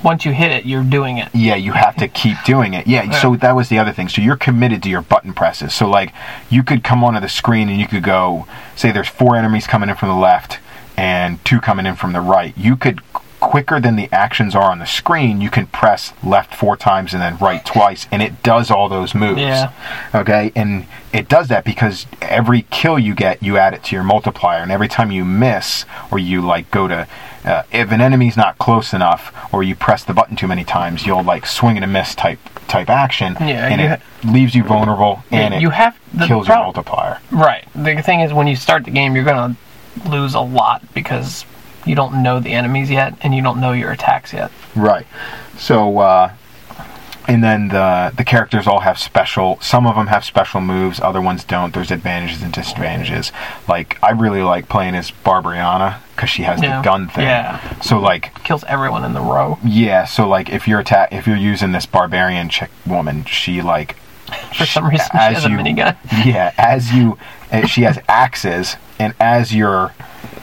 B: Once you hit it, you're doing it.
A: yeah, you have to keep doing it. Yeah, so that was the other thing. So you're committed to your button presses. So like you could come onto the screen and you could go say there's four enemies coming in from the left and two coming in from the right. You could quicker than the actions are on the screen, you can press left four times and then right twice and it does all those moves.
B: Yeah.
A: Okay? And it does that because every kill you get, you add it to your multiplier and every time you miss or you like go to uh, if an enemy's not close enough or you press the button too many times, you'll like swing and a miss type type action
B: Yeah,
A: and
B: you
A: it leaves you vulnerable and it
B: you have the
A: kills your
B: prob-
A: multiplier.
B: Right. The thing is, when you start the game, you're going to lose a lot because you don't know the enemies yet and you don't know your attacks yet.
A: Right. So, uh, and then the the characters all have special. Some of them have special moves. Other ones don't. There's advantages and disadvantages. Like I really like playing as Barbariana because she has
B: Yeah.
A: the gun thing.
B: Yeah.
A: So like
B: Kills everyone in the row.
A: yeah. So like if you're atta- if you're using this barbarian chick woman, she like
B: For some reason, she has a minigun.
A: yeah, as you, uh, she has axes, and as you're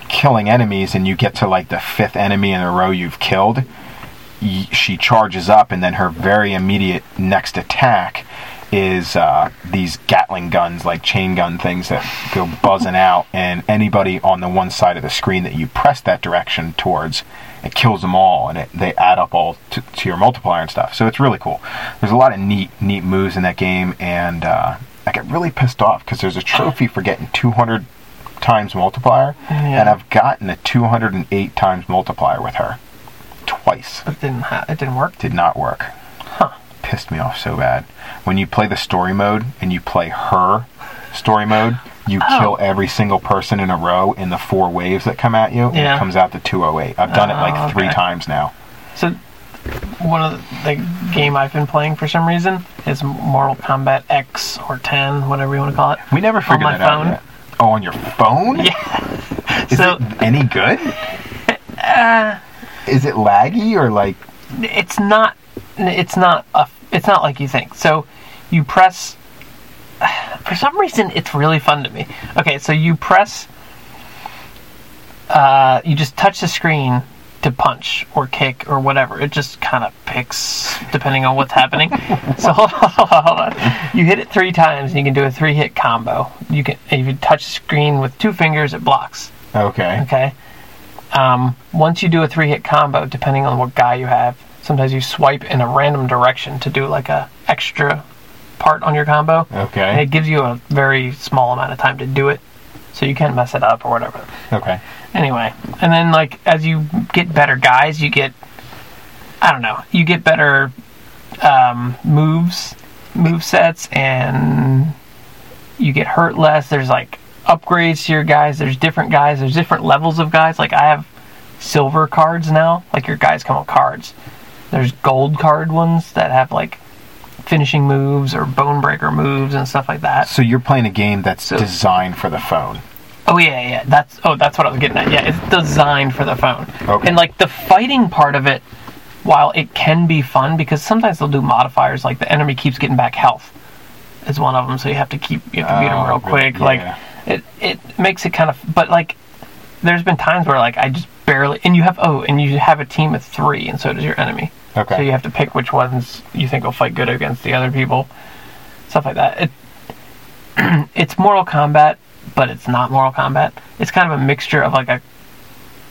A: killing enemies, and you get to like the fifth enemy in a row you've killed, y- she charges up, and then her very immediate next attack is uh, these Gatling guns, like chain gun things that go buzzing out, and anybody on the one side of the screen that you press that direction towards. It kills them all, and it, they add up all to, to your multiplier and stuff. So it's really cool. There's a lot of neat, neat moves in that game, and uh, I get really pissed off because there's a trophy for getting 200 times multiplier,
B: Yeah.
A: and I've gotten a 208 times multiplier with her twice.
B: But it didn't, ha- it didn't work.
A: Did not work. Pissed me off so bad. When you play the story mode and you play her story mode, you
B: Oh.
A: kill every single person in a row in the four waves that come at you, and
B: Yeah.
A: it comes out to 208. I've done it like
B: Oh,
A: three
B: okay.
A: times now.
B: So, one of the, the game I've been playing for some reason is Mortal Kombat X or 10, whatever you want to call it.
A: We never figured
B: my
A: that out
B: phone.
A: yet. Oh, on your phone?
B: Yeah.
A: Is
B: so Uh.
A: it any good? Is it laggy or like
B: it's not it's not a, it's not like you think. So you press for some reason it's really fun to me. Okay, so you press uh, you just touch the screen to punch or kick or whatever. It just kind of picks depending on what's happening. so hold on, hold on, hold on. You hit it three times and you can do a three-hit combo. You can if you touch the screen with two fingers, it blocks.
A: okay?
B: Okay. Um, once you do a three hit combo, depending on what guy you have, sometimes you swipe in a random direction to do like a extra part on your combo.
A: Okay.
B: And it gives you a very small amount of time to do it, so you can't mess it up or whatever.
A: Okay.
B: Anyway, and then like as you get better guys, you get I don't know, you get better um, moves, move sets, and you get hurt less. There's like upgrades to your guys. There's different guys. There's different levels of guys. Like I have silver cards now. Like your guys come with cards. There's gold card ones that have like finishing moves or bone breaker moves and stuff like that.
A: So you're playing a game that's
B: So-
A: designed for the phone.
B: Oh yeah, yeah. That's oh, that's what I was getting at. Yeah, it's designed for the phone.
A: Okay.
B: And like the fighting part of it, while it can be fun because sometimes they'll do modifiers like the enemy keeps getting back health, is one of them. So you have to keep you have to beat
A: Oh,
B: them real
A: good,
B: quick.
A: yeah.
B: Like it it makes it kind of. But like, there's been times where like I just barely and you have oh and you have a team of three and so does your enemy.
A: Okay.
B: So you have to pick which ones you think will fight good against the other people, stuff like that. It, it's Mortal Kombat, but it's not Mortal Kombat. It's kind of a mixture of like a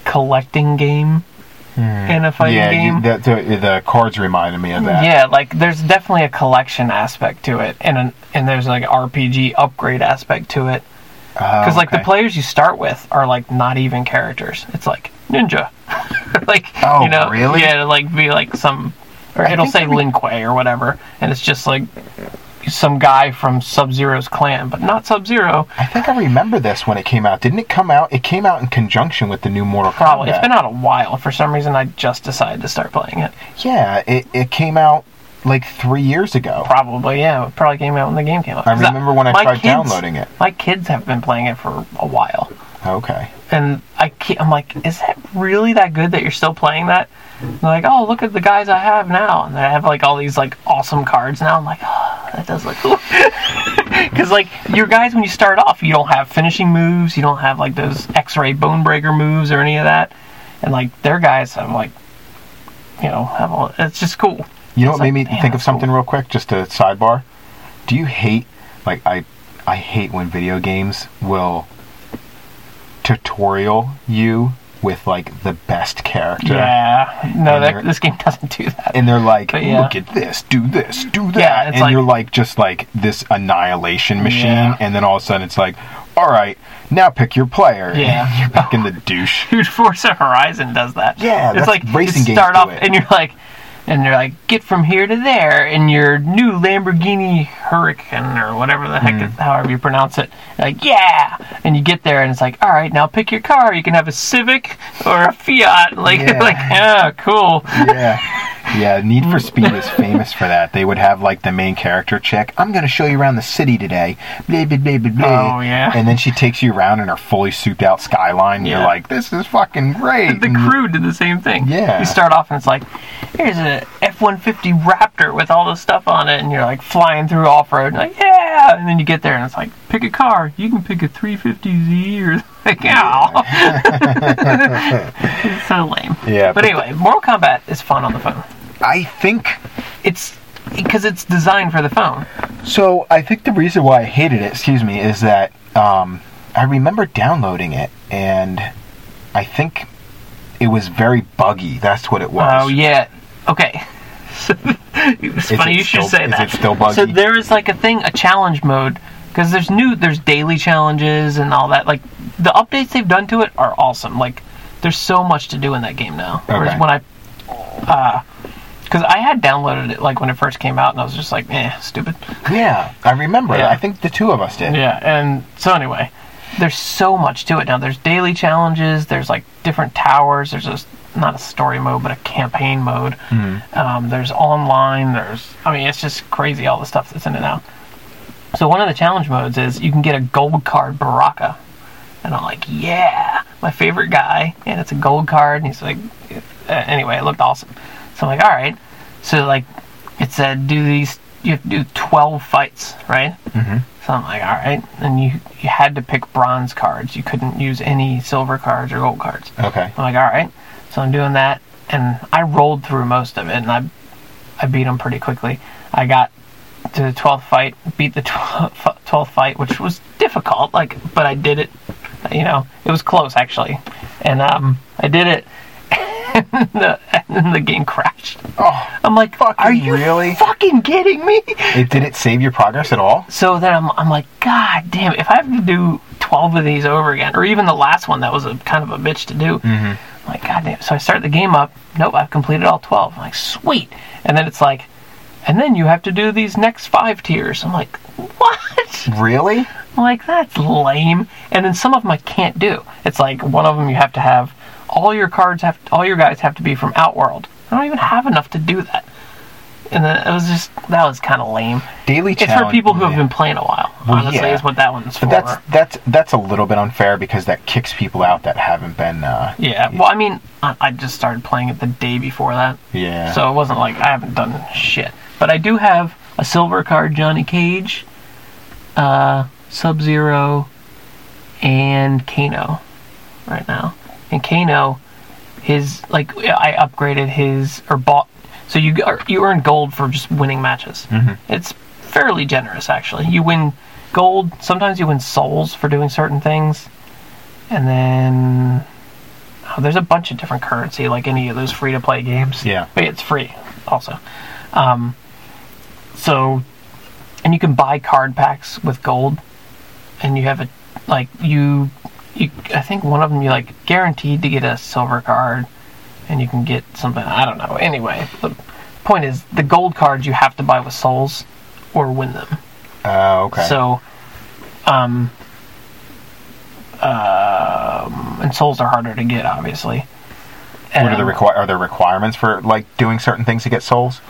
B: collecting game and a fighting
A: Hmm. yeah,
B: game.
A: you, that, the, the cards reminded me of that.
B: Yeah, like there's definitely a collection aspect to it, and an, and there's like RPG upgrade aspect to it. Because like the
A: Oh, okay.
B: players you start with are like not even characters. It's like ninja, like
A: Oh,
B: you know,
A: really?
B: yeah, it'll, like be like some, or it'll
A: think
B: say
A: we-
B: Lin Kuei or whatever, and it's just like some guy from Sub Zero's clan, but not Sub Zero.
A: I think I remember this when it came out. Didn't it come out? It came out in conjunction with the new Mortal
B: Probably
A: Kombat.
B: it's been out a while. For some reason, I just decided to start playing it.
A: Yeah, it, it came out like three years ago.
B: Probably, yeah. It probably came out when the game came out.
A: I
B: 'Cause
A: remember when I
B: my
A: tried downloading it.
B: My kids have been playing it for a while.
A: Okay.
B: and I can't, I'm like, is that really that good that you're still playing that? And they're like, oh, look at the guys I have now, and I have like all these like awesome cards now. I'm like, oh, that does look cool. Because like your guys, when you start off, you don't have finishing moves, you don't have like those X-ray bone breaker moves or any of that, and like their guys, I'm like, you know, have all. It's just cool.
A: You know what
B: It's
A: made
B: like,
A: me
B: "Damn,
A: think of
B: that's
A: something real quick? Just a sidebar. Do you hate like I I hate when video games will tutorial you with like the best character.
B: Yeah. No,
A: And
B: that,
A: they're-
B: this game doesn't do that.
A: And they're like,
B: But yeah.
A: look at this, do this, do that.
B: Yeah, it's
A: and
B: like-
A: you're like, just like this annihilation machine.
B: Yeah.
A: And then all of a sudden it's like, all right, now pick your player.
B: Yeah.
A: you're picking the douche.
B: Dude, Forza Horizon does that.
A: Yeah,
B: it's
A: that's-
B: like
A: racing
B: you
A: games
B: start
A: do
B: off
A: it.
B: and you're like, and you're like, get from here to there in your new Lamborghini Hurricane or whatever the heck,
A: Hmm.
B: is, however you pronounce it. Like, yeah, and you get there and it's like, all right, now pick your car. You can have a Civic or a Fiat. Like,
A: Yeah.
B: like, yeah, cool.
A: Yeah. Yeah, Need for Speed is famous for that. They would have like the main character chick. I'm going to show you around the city today. Blah, blah, blah, blah, blah.
B: Oh, yeah.
A: And then she takes you around in her fully souped out skyline.
B: Yeah.
A: You're like, this is fucking great.
B: The
A: And-
B: crew did the same thing.
A: Yeah.
B: You start off and it's like, here's a F 150 Raptor with all this stuff on it, and you're like flying through off road, like, yeah! And then you get there and it's like, pick a car. You can pick a 350Z or like, yeah. it's so lame.
A: Yeah,
B: But,
A: but-
B: anyway, Mortal Kombat is fun on the phone.
A: I think
B: It's because it's designed for the phone.
A: So I think the reason why I hated it, excuse me, is that um, I remember downloading it, and I think it was very buggy. That's what it was.
B: Oh yeah. Okay. So, it's
A: Is
B: funny
A: it
B: you should
A: still-
B: say
A: is
B: that.
A: it still buggy?
B: So there is like a thing, a challenge mode, because there's new, there's daily challenges and all that. Like the updates they've done to it are awesome. Like there's so much to do in that game now. Whereas
A: Okay.
B: when I, because I had downloaded it like when it first came out, and I was just like, eh, stupid.
A: Yeah, I remember.
B: Yeah.
A: I think the two of us did.
B: Yeah, and so anyway, there's so much to it now. There's daily challenges. There's like different towers. There's a, not a story mode, but a campaign mode. Um, there's online. There's I mean, it's just crazy all the stuff that's in it now. So one of the challenge modes is you can get a gold card Baraka, and I'm like, yeah, my favorite guy, and it's a gold card, and he's like, uh, anyway, it looked awesome. So I'm like, all right. So like, it said do these. You have to do 12 fights, right? So I'm like, all right. And you you had to pick bronze cards. You couldn't use any silver cards or gold cards.
A: Okay.
B: I'm like, all right. So I'm doing that, and I rolled through most of it, and I I beat them pretty quickly. I got to the 12th fight, beat the 12th, 12th fight, which was difficult. Like, but I did it. You know, it was close actually, and um, I did it. and, the, and the game crashed.
A: Oh,
B: I'm like,
A: Fucking
B: are you
A: really?"
B: fucking kidding me?
A: it did it save your progress at all?
B: So then I'm, I'm like, God damn, if I have to do 12 of these over again, or even the last one that was a kind of a bitch to do, mm-hmm. I'm like, God damn. So I start the game up. Nope, I've completed all 12. I'm like, sweet. And then it's like, and then you have to do these next five tiers. I'm like, what?
A: Really?
B: I'm like, that's lame. And then some of them I can't do. It's like one of them you have to have all your cards have all your guys have to be from Outworld. I don't even have enough to do that. And then it was just that was kind of lame.
A: Daily
B: It's
A: challenge.
B: for people who have
A: yeah.
B: been playing a while.
A: Well,
B: honestly,
A: yeah.
B: is what that one's for.
A: But that's that's that's a little bit unfair because that kicks people out that haven't been. Uh,
B: yeah. Well, I mean, I, I just started playing it the day before that,
A: yeah.
B: so it wasn't like I haven't done shit. But I do have a silver card, Johnny Cage, uh, Sub Zero, and Kano right now. And Kano, his like I upgraded his or bought. So you you earn gold for just winning matches. It's fairly generous actually. You win gold. Sometimes you win souls for doing certain things, and then oh, there's a bunch of different currency like any of those free to play games.
A: Yeah.
B: but it's free also. Um, so, and you can buy card packs with gold and you have a like you, you I think one of them you like guaranteed to get a silver card, and you can get something I don't know. Anyway, the point is the gold cards you have to buy with souls or win them.
A: Uh, okay.
B: So, um, um, and souls are harder to get, obviously.
A: what are the
B: Um,
A: require are there requirements for like doing certain things to get souls?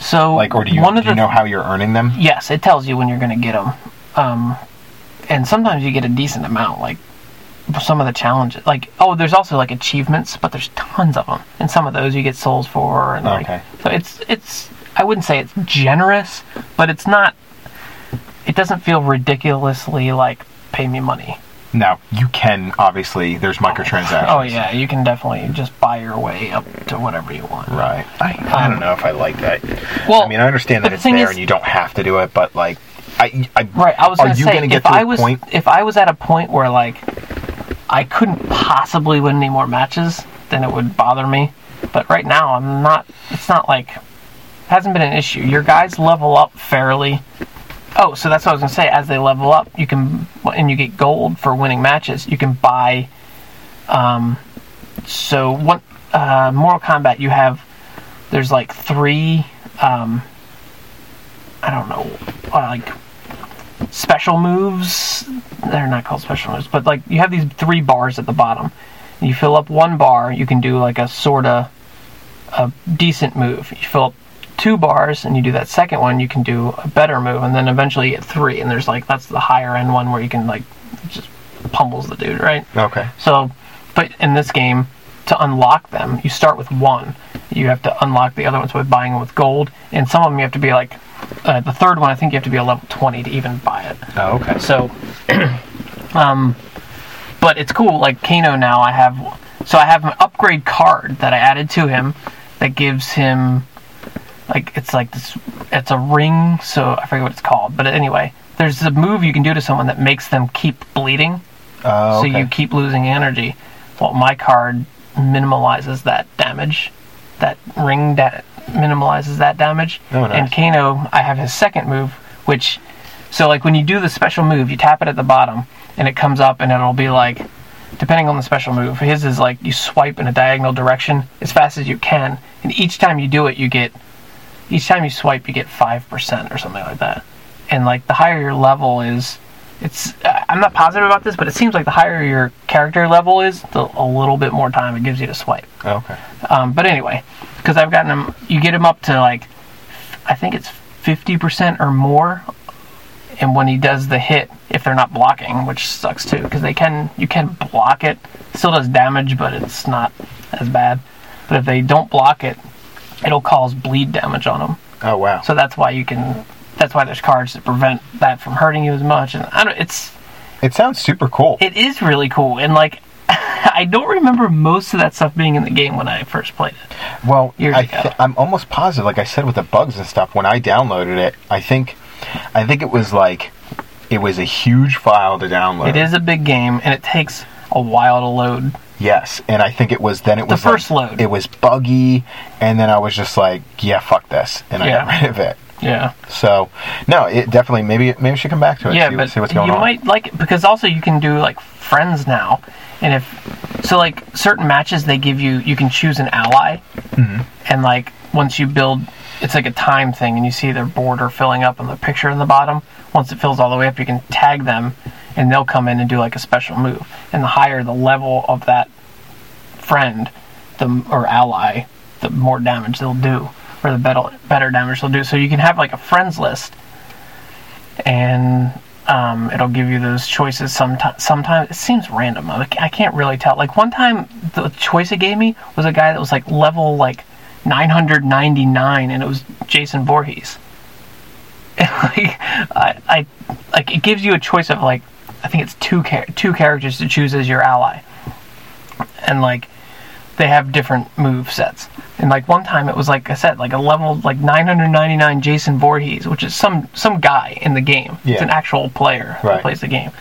B: So
A: Like, or do you,
B: one of
A: do you
B: the
A: know how you're earning them?
B: yes, it tells you when you're going to get them. Um, and sometimes you get a decent amount, like some of the challenges. Like, oh, there's also like achievements, but there's tons of them. And some of those you get souls for. And, like,
A: Okay.
B: So it's, it's, I wouldn't say it's generous, but it's not, it doesn't feel ridiculously like pay me money.
A: Now you can obviously. There's microtransactions.
B: Oh, yeah, you can definitely just buy your way up to whatever you want.
A: Right. I, I don't know if I like that.
B: um, Well,
A: I mean, I understand that
B: but the
A: it's
B: thing
A: there
B: is-
A: and you don't have to do it, but like, I, I
B: Right. I was
A: are
B: going to
A: you
B: say
A: gonna
B: if
A: get to
B: I
A: a
B: was
A: point?
B: if I was at a point where like I couldn't possibly win any more matches, then it would bother me. But right now, I'm not. It's not like hasn't been an issue. Your guys level up fairly. Oh, so that's what I was going to say. As they level up, you can and you get gold for winning matches. You can buy. Um, so what? Uh, Mortal Kombat, you have. There's like three. Um, I don't know, uh, like special moves. They're not called special moves, but like you have these three bars at the bottom. You fill up one bar, you can do like a sort of a decent move. You fill up two bars and you do that second one, you can do a better move, and then eventually you get three. And there's like that's the higher end one where you can like just pummels the dude, right?
A: Okay.
B: So, but in this game, to unlock them, you start with one. You have to unlock the other ones by buying them with gold, and some of them you have to be like, uh, the third one I think you have to be a level 20 to even buy it.
A: Oh, okay.
B: So, um, but it's cool. Like Kano now, I have so I have an upgrade card that I added to him that gives him like it's like this. It's a ring, so I forget what it's called. But anyway, there's a move you can do to someone that makes them keep bleeding,
A: Oh, okay.
B: so you keep losing energy. Well, my card minimalizes that damage. That ring that minimalizes that damage.
A: Oh, nice.
B: And Kano, I have his second move, which so like when you do the special move, you tap it at the bottom and it comes up and it'll be like depending on the special move. His is like you swipe in a diagonal direction as fast as you can, and each time you do it you get each time you swipe you get 5% or something like that. And like the higher your level is it's I- I'm not positive about this, but it seems like the higher your character level is, the a little bit more time it gives you to swipe.
A: Oh, okay.
B: Um, but anyway, because I've gotten them, you get him up to like, I think it's 50% or more. And when he does the hit, if they're not blocking, which sucks too, because they can, you can block it. Still does damage, but it's not as bad. But if they don't block it, it'll cause bleed damage on them.
A: Oh wow.
B: So that's why you can, that's why there's cards that prevent that from hurting you as much. And I don't, it's,
A: it sounds super cool.
B: it is really cool. And like, I don't remember most of that stuff being in the game when I first played it.
A: Well,
B: years
A: I
B: ago.
A: th- I'm almost positive. Like I said, with the bugs and stuff, when I downloaded it, I think, I think it was like, it was a huge file to download.
B: It is a big game, and it takes a while to load.
A: Yes, and I think it was then it was
B: first
A: like-
B: load.
A: It was buggy, and then I was just like, yeah, fuck this, and I got
B: Yeah.
A: rid of it.
B: Yeah,
A: So, no, it definitely maybe maybe we should come back to it.
B: yeah,
A: see,
B: but
A: see what's
B: you
A: going on.
B: might like it because also you can do like friends now, and if so, like certain matches they give you, you can choose an ally,
A: Mm-hmm.
B: and like once you build, it's like a time thing, and you see their border filling up on the picture in the bottom. Once it fills all the way up, you can tag them, and they'll come in and do like a special move. And the higher the level of that friend, the or ally, the more damage they'll do, or the better better damage they'll do. So you can have like a friends list, and um, it'll give you those choices. Sometimes, sometimes it seems random. I I can't really tell. Like one time, the choice it gave me was a guy that was like level like 999, and it was Jason Voorhees. And, like I, I, like it gives you a choice of like I think it's two char- two characters to choose as your ally, and like they have different move sets. And like one time, it was like I said, like a level like 999 Jason Voorhees, which is some some guy in the game. It's
A: Yeah.
B: an actual player who
A: Right.
B: plays the game.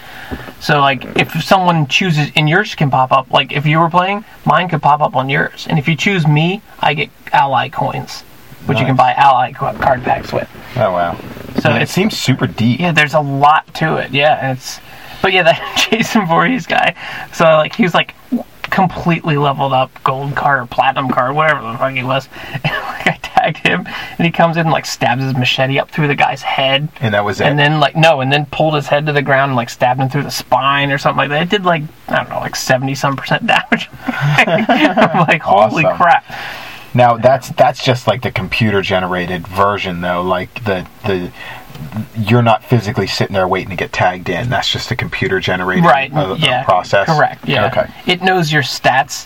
B: So like if someone chooses and yours can pop up, like if you were playing, mine could pop up on yours. And if you choose me, I get ally coins, which you can buy
A: Nice.
B: ally co- card packs with.
A: Oh wow.
B: So
A: Yeah, it
B: it's-
A: seems super deep.
B: Yeah, there's a lot to it. Yeah, it's but yeah, that Jason Voorhees guy. So like he was like completely leveled up, gold card, platinum card, whatever the fuck he was. And like I tagged him, and he comes in and like stabs his machete up through the guy's head.
A: And that was it.
B: And then like no, and then pulled his head to the ground and like stabbed him through the spine or something like that. It did like I don't know, like seventy some percent damage. I'm like holy
A: Awesome.
B: crap!
A: Now that's that's just like the computer generated version though. Like the the you're not physically sitting there waiting to get tagged in. That's just a computer generated
B: Right.
A: uh, uh,
B: yeah.
A: process.
B: Correct. Yeah.
A: Okay.
B: It knows your stats,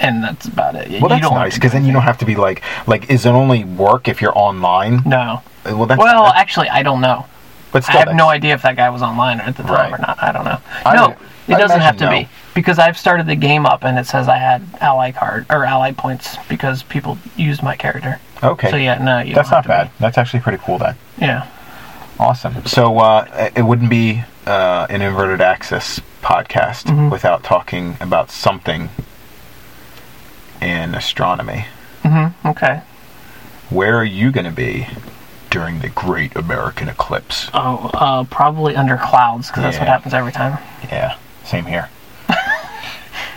B: and that's about it.
A: Well, that's nice because then you don't have to be like like is it only work if you're online?
B: No.
A: Uh, Well, that's
B: Well,
A: that's-
B: actually, I don't know.
A: but
B: I
A: still,
B: have no
A: that's-
B: idea if that guy was online at the
A: Right.
B: time or not. I don't know.
A: I
B: no,
A: would-
B: it
A: I'd
B: doesn't have to
A: imagine no.
B: be because I've started the game up and it says I had ally card or ally points because people used my character.
A: Okay,
B: So yeah, no, you
A: that's
B: don't
A: not
B: have to
A: bad. That's actually pretty cool then.
B: be. Yeah.
A: Awesome. So uh, it wouldn't be uh, an inverted axis podcast
B: Mm-hmm.
A: without talking about something in astronomy.
B: hmm Okay.
A: Where are you going to be during the Great American Eclipse?
B: Oh, uh, probably under clouds because that's what
A: Yeah.
B: happens every time.
A: Yeah, same here.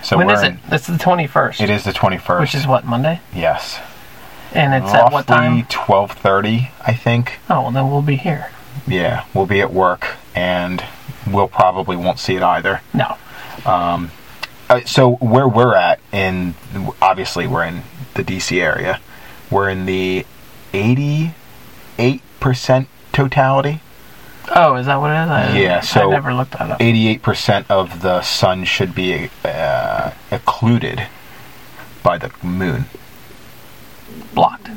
A: so
B: when
A: we're
B: is it?
A: in-
B: It's the twenty first.
A: It is the twenty first.
B: Which is what Monday,
A: yes,
B: and it's at what
A: roughly
B: time?
A: twelve thirty, I think.
B: Oh, well, then we'll be here.
A: Yeah, we'll be at work, and we'll probably won't see it either.
B: No.
A: Uh, so where we're at in obviously we're in the DC area. We're in the 88% totality.
B: Oh, is that what it is? I,
A: Yeah, so-
B: I never looked that up.
A: 88% of the sun should be uh, occluded by the moon.
B: Blocked.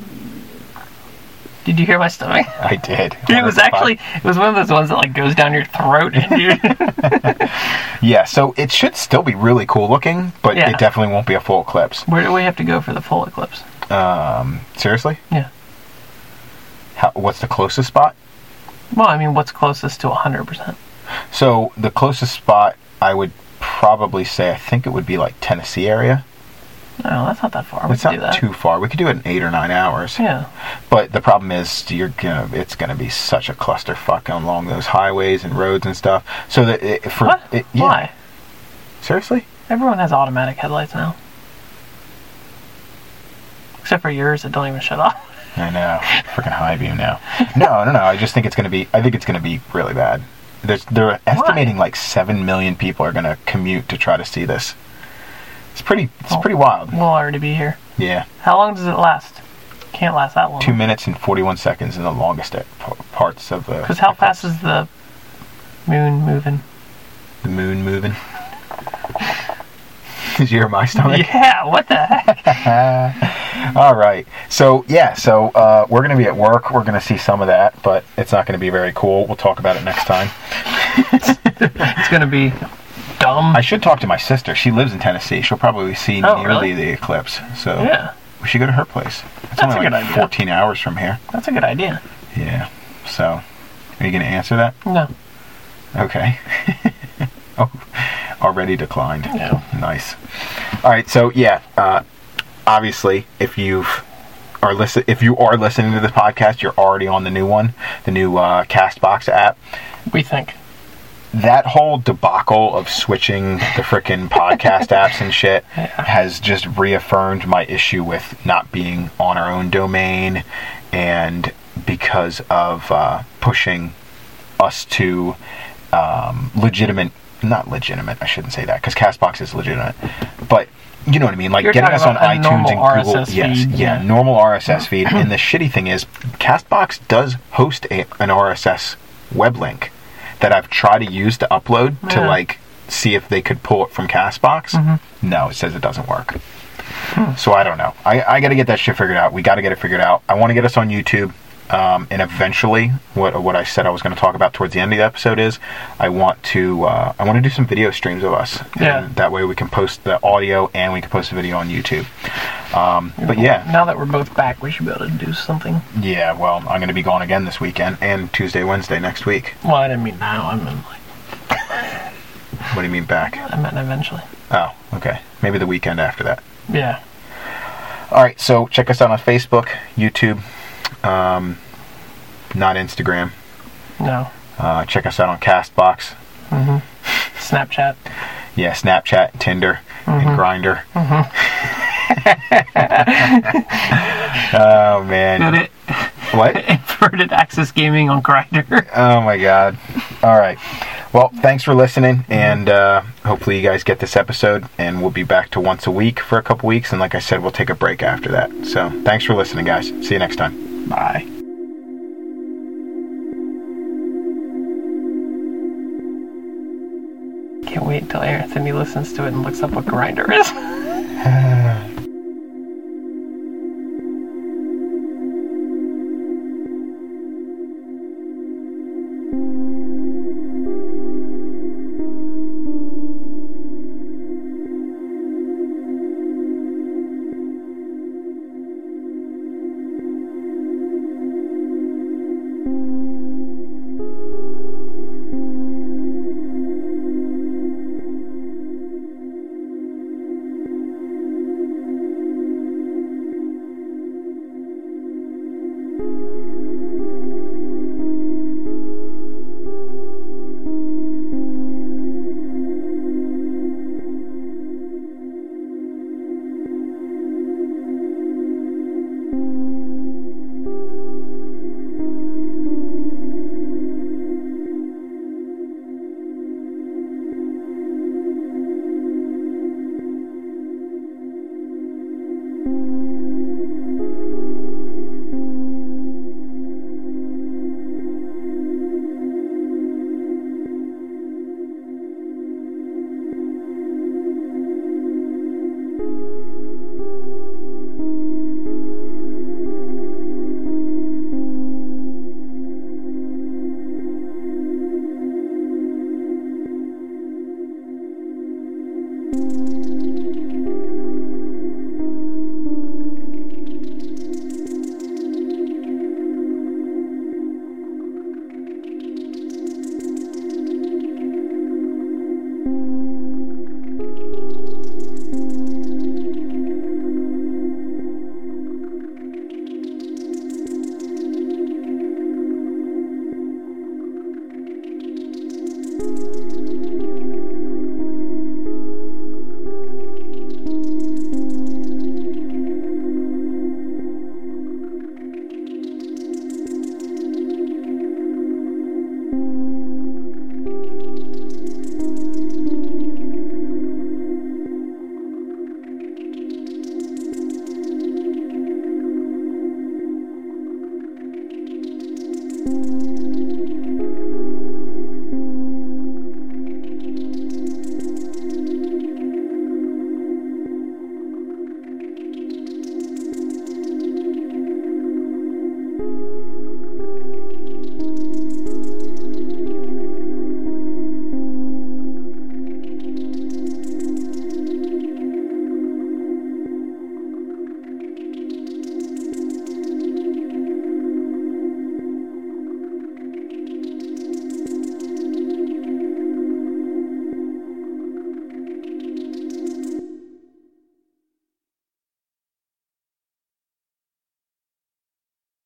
B: Did you hear my stomach?
A: I did.
B: It was actually it was one of those ones that like goes down your throat and you
A: Yeah, so it should still be really cool looking, but
B: Yeah.
A: it definitely won't be a full eclipse. Um,
B: Where do we have to go for the full eclipse?
A: Seriously?
B: Yeah.
A: How, what's the closest spot?
B: Well, I mean, what's closest to 100%?
A: So the closest spot I would probably say I think it would be like Tennessee area.
B: No, that's not that far. We
A: It's
B: can do
A: not
B: that.
A: too far. We could do it in eight or nine hours.
B: Yeah.
A: But the problem is you're gonna it's gonna be such a clusterfuck along those highways and roads and stuff. So that it, for
B: What?
A: it- yeah.
B: Why?
A: Seriously?
B: Everyone has automatic headlights now. Except for yours that don't even shut off.
A: I know. Freaking high view now. No, no, no. I just think it's gonna be. I think it's gonna be really bad. There's, they're estimating like seven million people are gonna commute to try to see this. It's pretty. It's
B: Oh.
A: pretty wild.
B: We'll already be here.
A: Yeah.
B: How long does it last? Can't last that long.
A: Two minutes and forty-one seconds in the longest at- p- parts of the.
B: Because how fast is the moon moving?
A: The moon moving. Did you hear my stomach?
B: Yeah, what the heck?
A: All right. So yeah. So uh, we're gonna be at work. We're gonna see some of that, but it's not gonna be very cool. We'll talk about it next time.
B: It's going to be dumb.
A: I should talk to my sister. She lives in Tennessee. She'll probably see
B: Oh,
A: nearly
B: really?
A: the eclipse. So
B: yeah,
A: we should go to her place. It's
B: That's
A: only
B: a
A: like
B: good idea.
A: 14 hours from here.
B: that's a good idea.
A: Yeah. So are you going to answer that?
B: No.
A: Okay. oh, already declined.
B: Yeah.
A: Nice. All right. So yeah, uh, obviously, if you've are listen if you are listening to the podcast, you're already on the new one, the new uh, Castbox app.
B: We think.
A: that whole debacle of switching the frickin' podcast apps and shit has just reaffirmed my issue with not being on our own domain and because of uh, pushing us to um, legitimate, not legitimate, I shouldn't say that because Castbox is legitimate, but you know what I mean? Like
B: You're
A: getting us on
B: talking about a
A: iTunes and
B: normal
A: Google.
B: RSS
A: yes,
B: feed,
A: yeah,
B: yeah.
A: normal RSS feed. and the shitty thing is, Castbox does host a, an RSS web link that I've tried to use to upload to
B: Yeah.
A: like see if they could pull it from Castbox.
B: Mm-hmm.
A: No, it says it doesn't work.
B: Hmm.
A: So I don't know. I, I got to get that shit figured out. We got to get it figured out. I want to get us on YouTube. Um, and eventually, what what I said I was going to talk about towards the end of the episode is, I want to uh, I want to do some video streams of us.
B: Yeah.
A: And that way we can post the audio and we can post the video on YouTube. Um, but yeah,
B: Now that we're both back, we should be able to do something.
A: yeah. Well, I'm going to be gone again this weekend and Tuesday, Wednesday next week.
B: Well, I didn't mean now. I meant like
A: What do you mean back?
B: I meant eventually.
A: Oh, okay. Maybe the weekend after that.
B: Yeah.
A: All right, so check us out on Facebook, YouTube, um, not Instagram.
B: No.
A: Uh, check us out on Castbox,
B: Snapchat.
A: yeah, Snapchat, Tinder, and Grinder. oh man,
B: it.
A: what?
B: Inverted Access Gaming on Grinder.
A: Oh my god! All right, Well, thanks for listening, and uh, hopefully you guys get this episode. And we'll be back to once a week for a couple weeks. And like I said, we'll take a break after that. So thanks for listening, guys. See you next time.
B: Bye. Can't wait till Anthony listens to it and looks up what grinder is.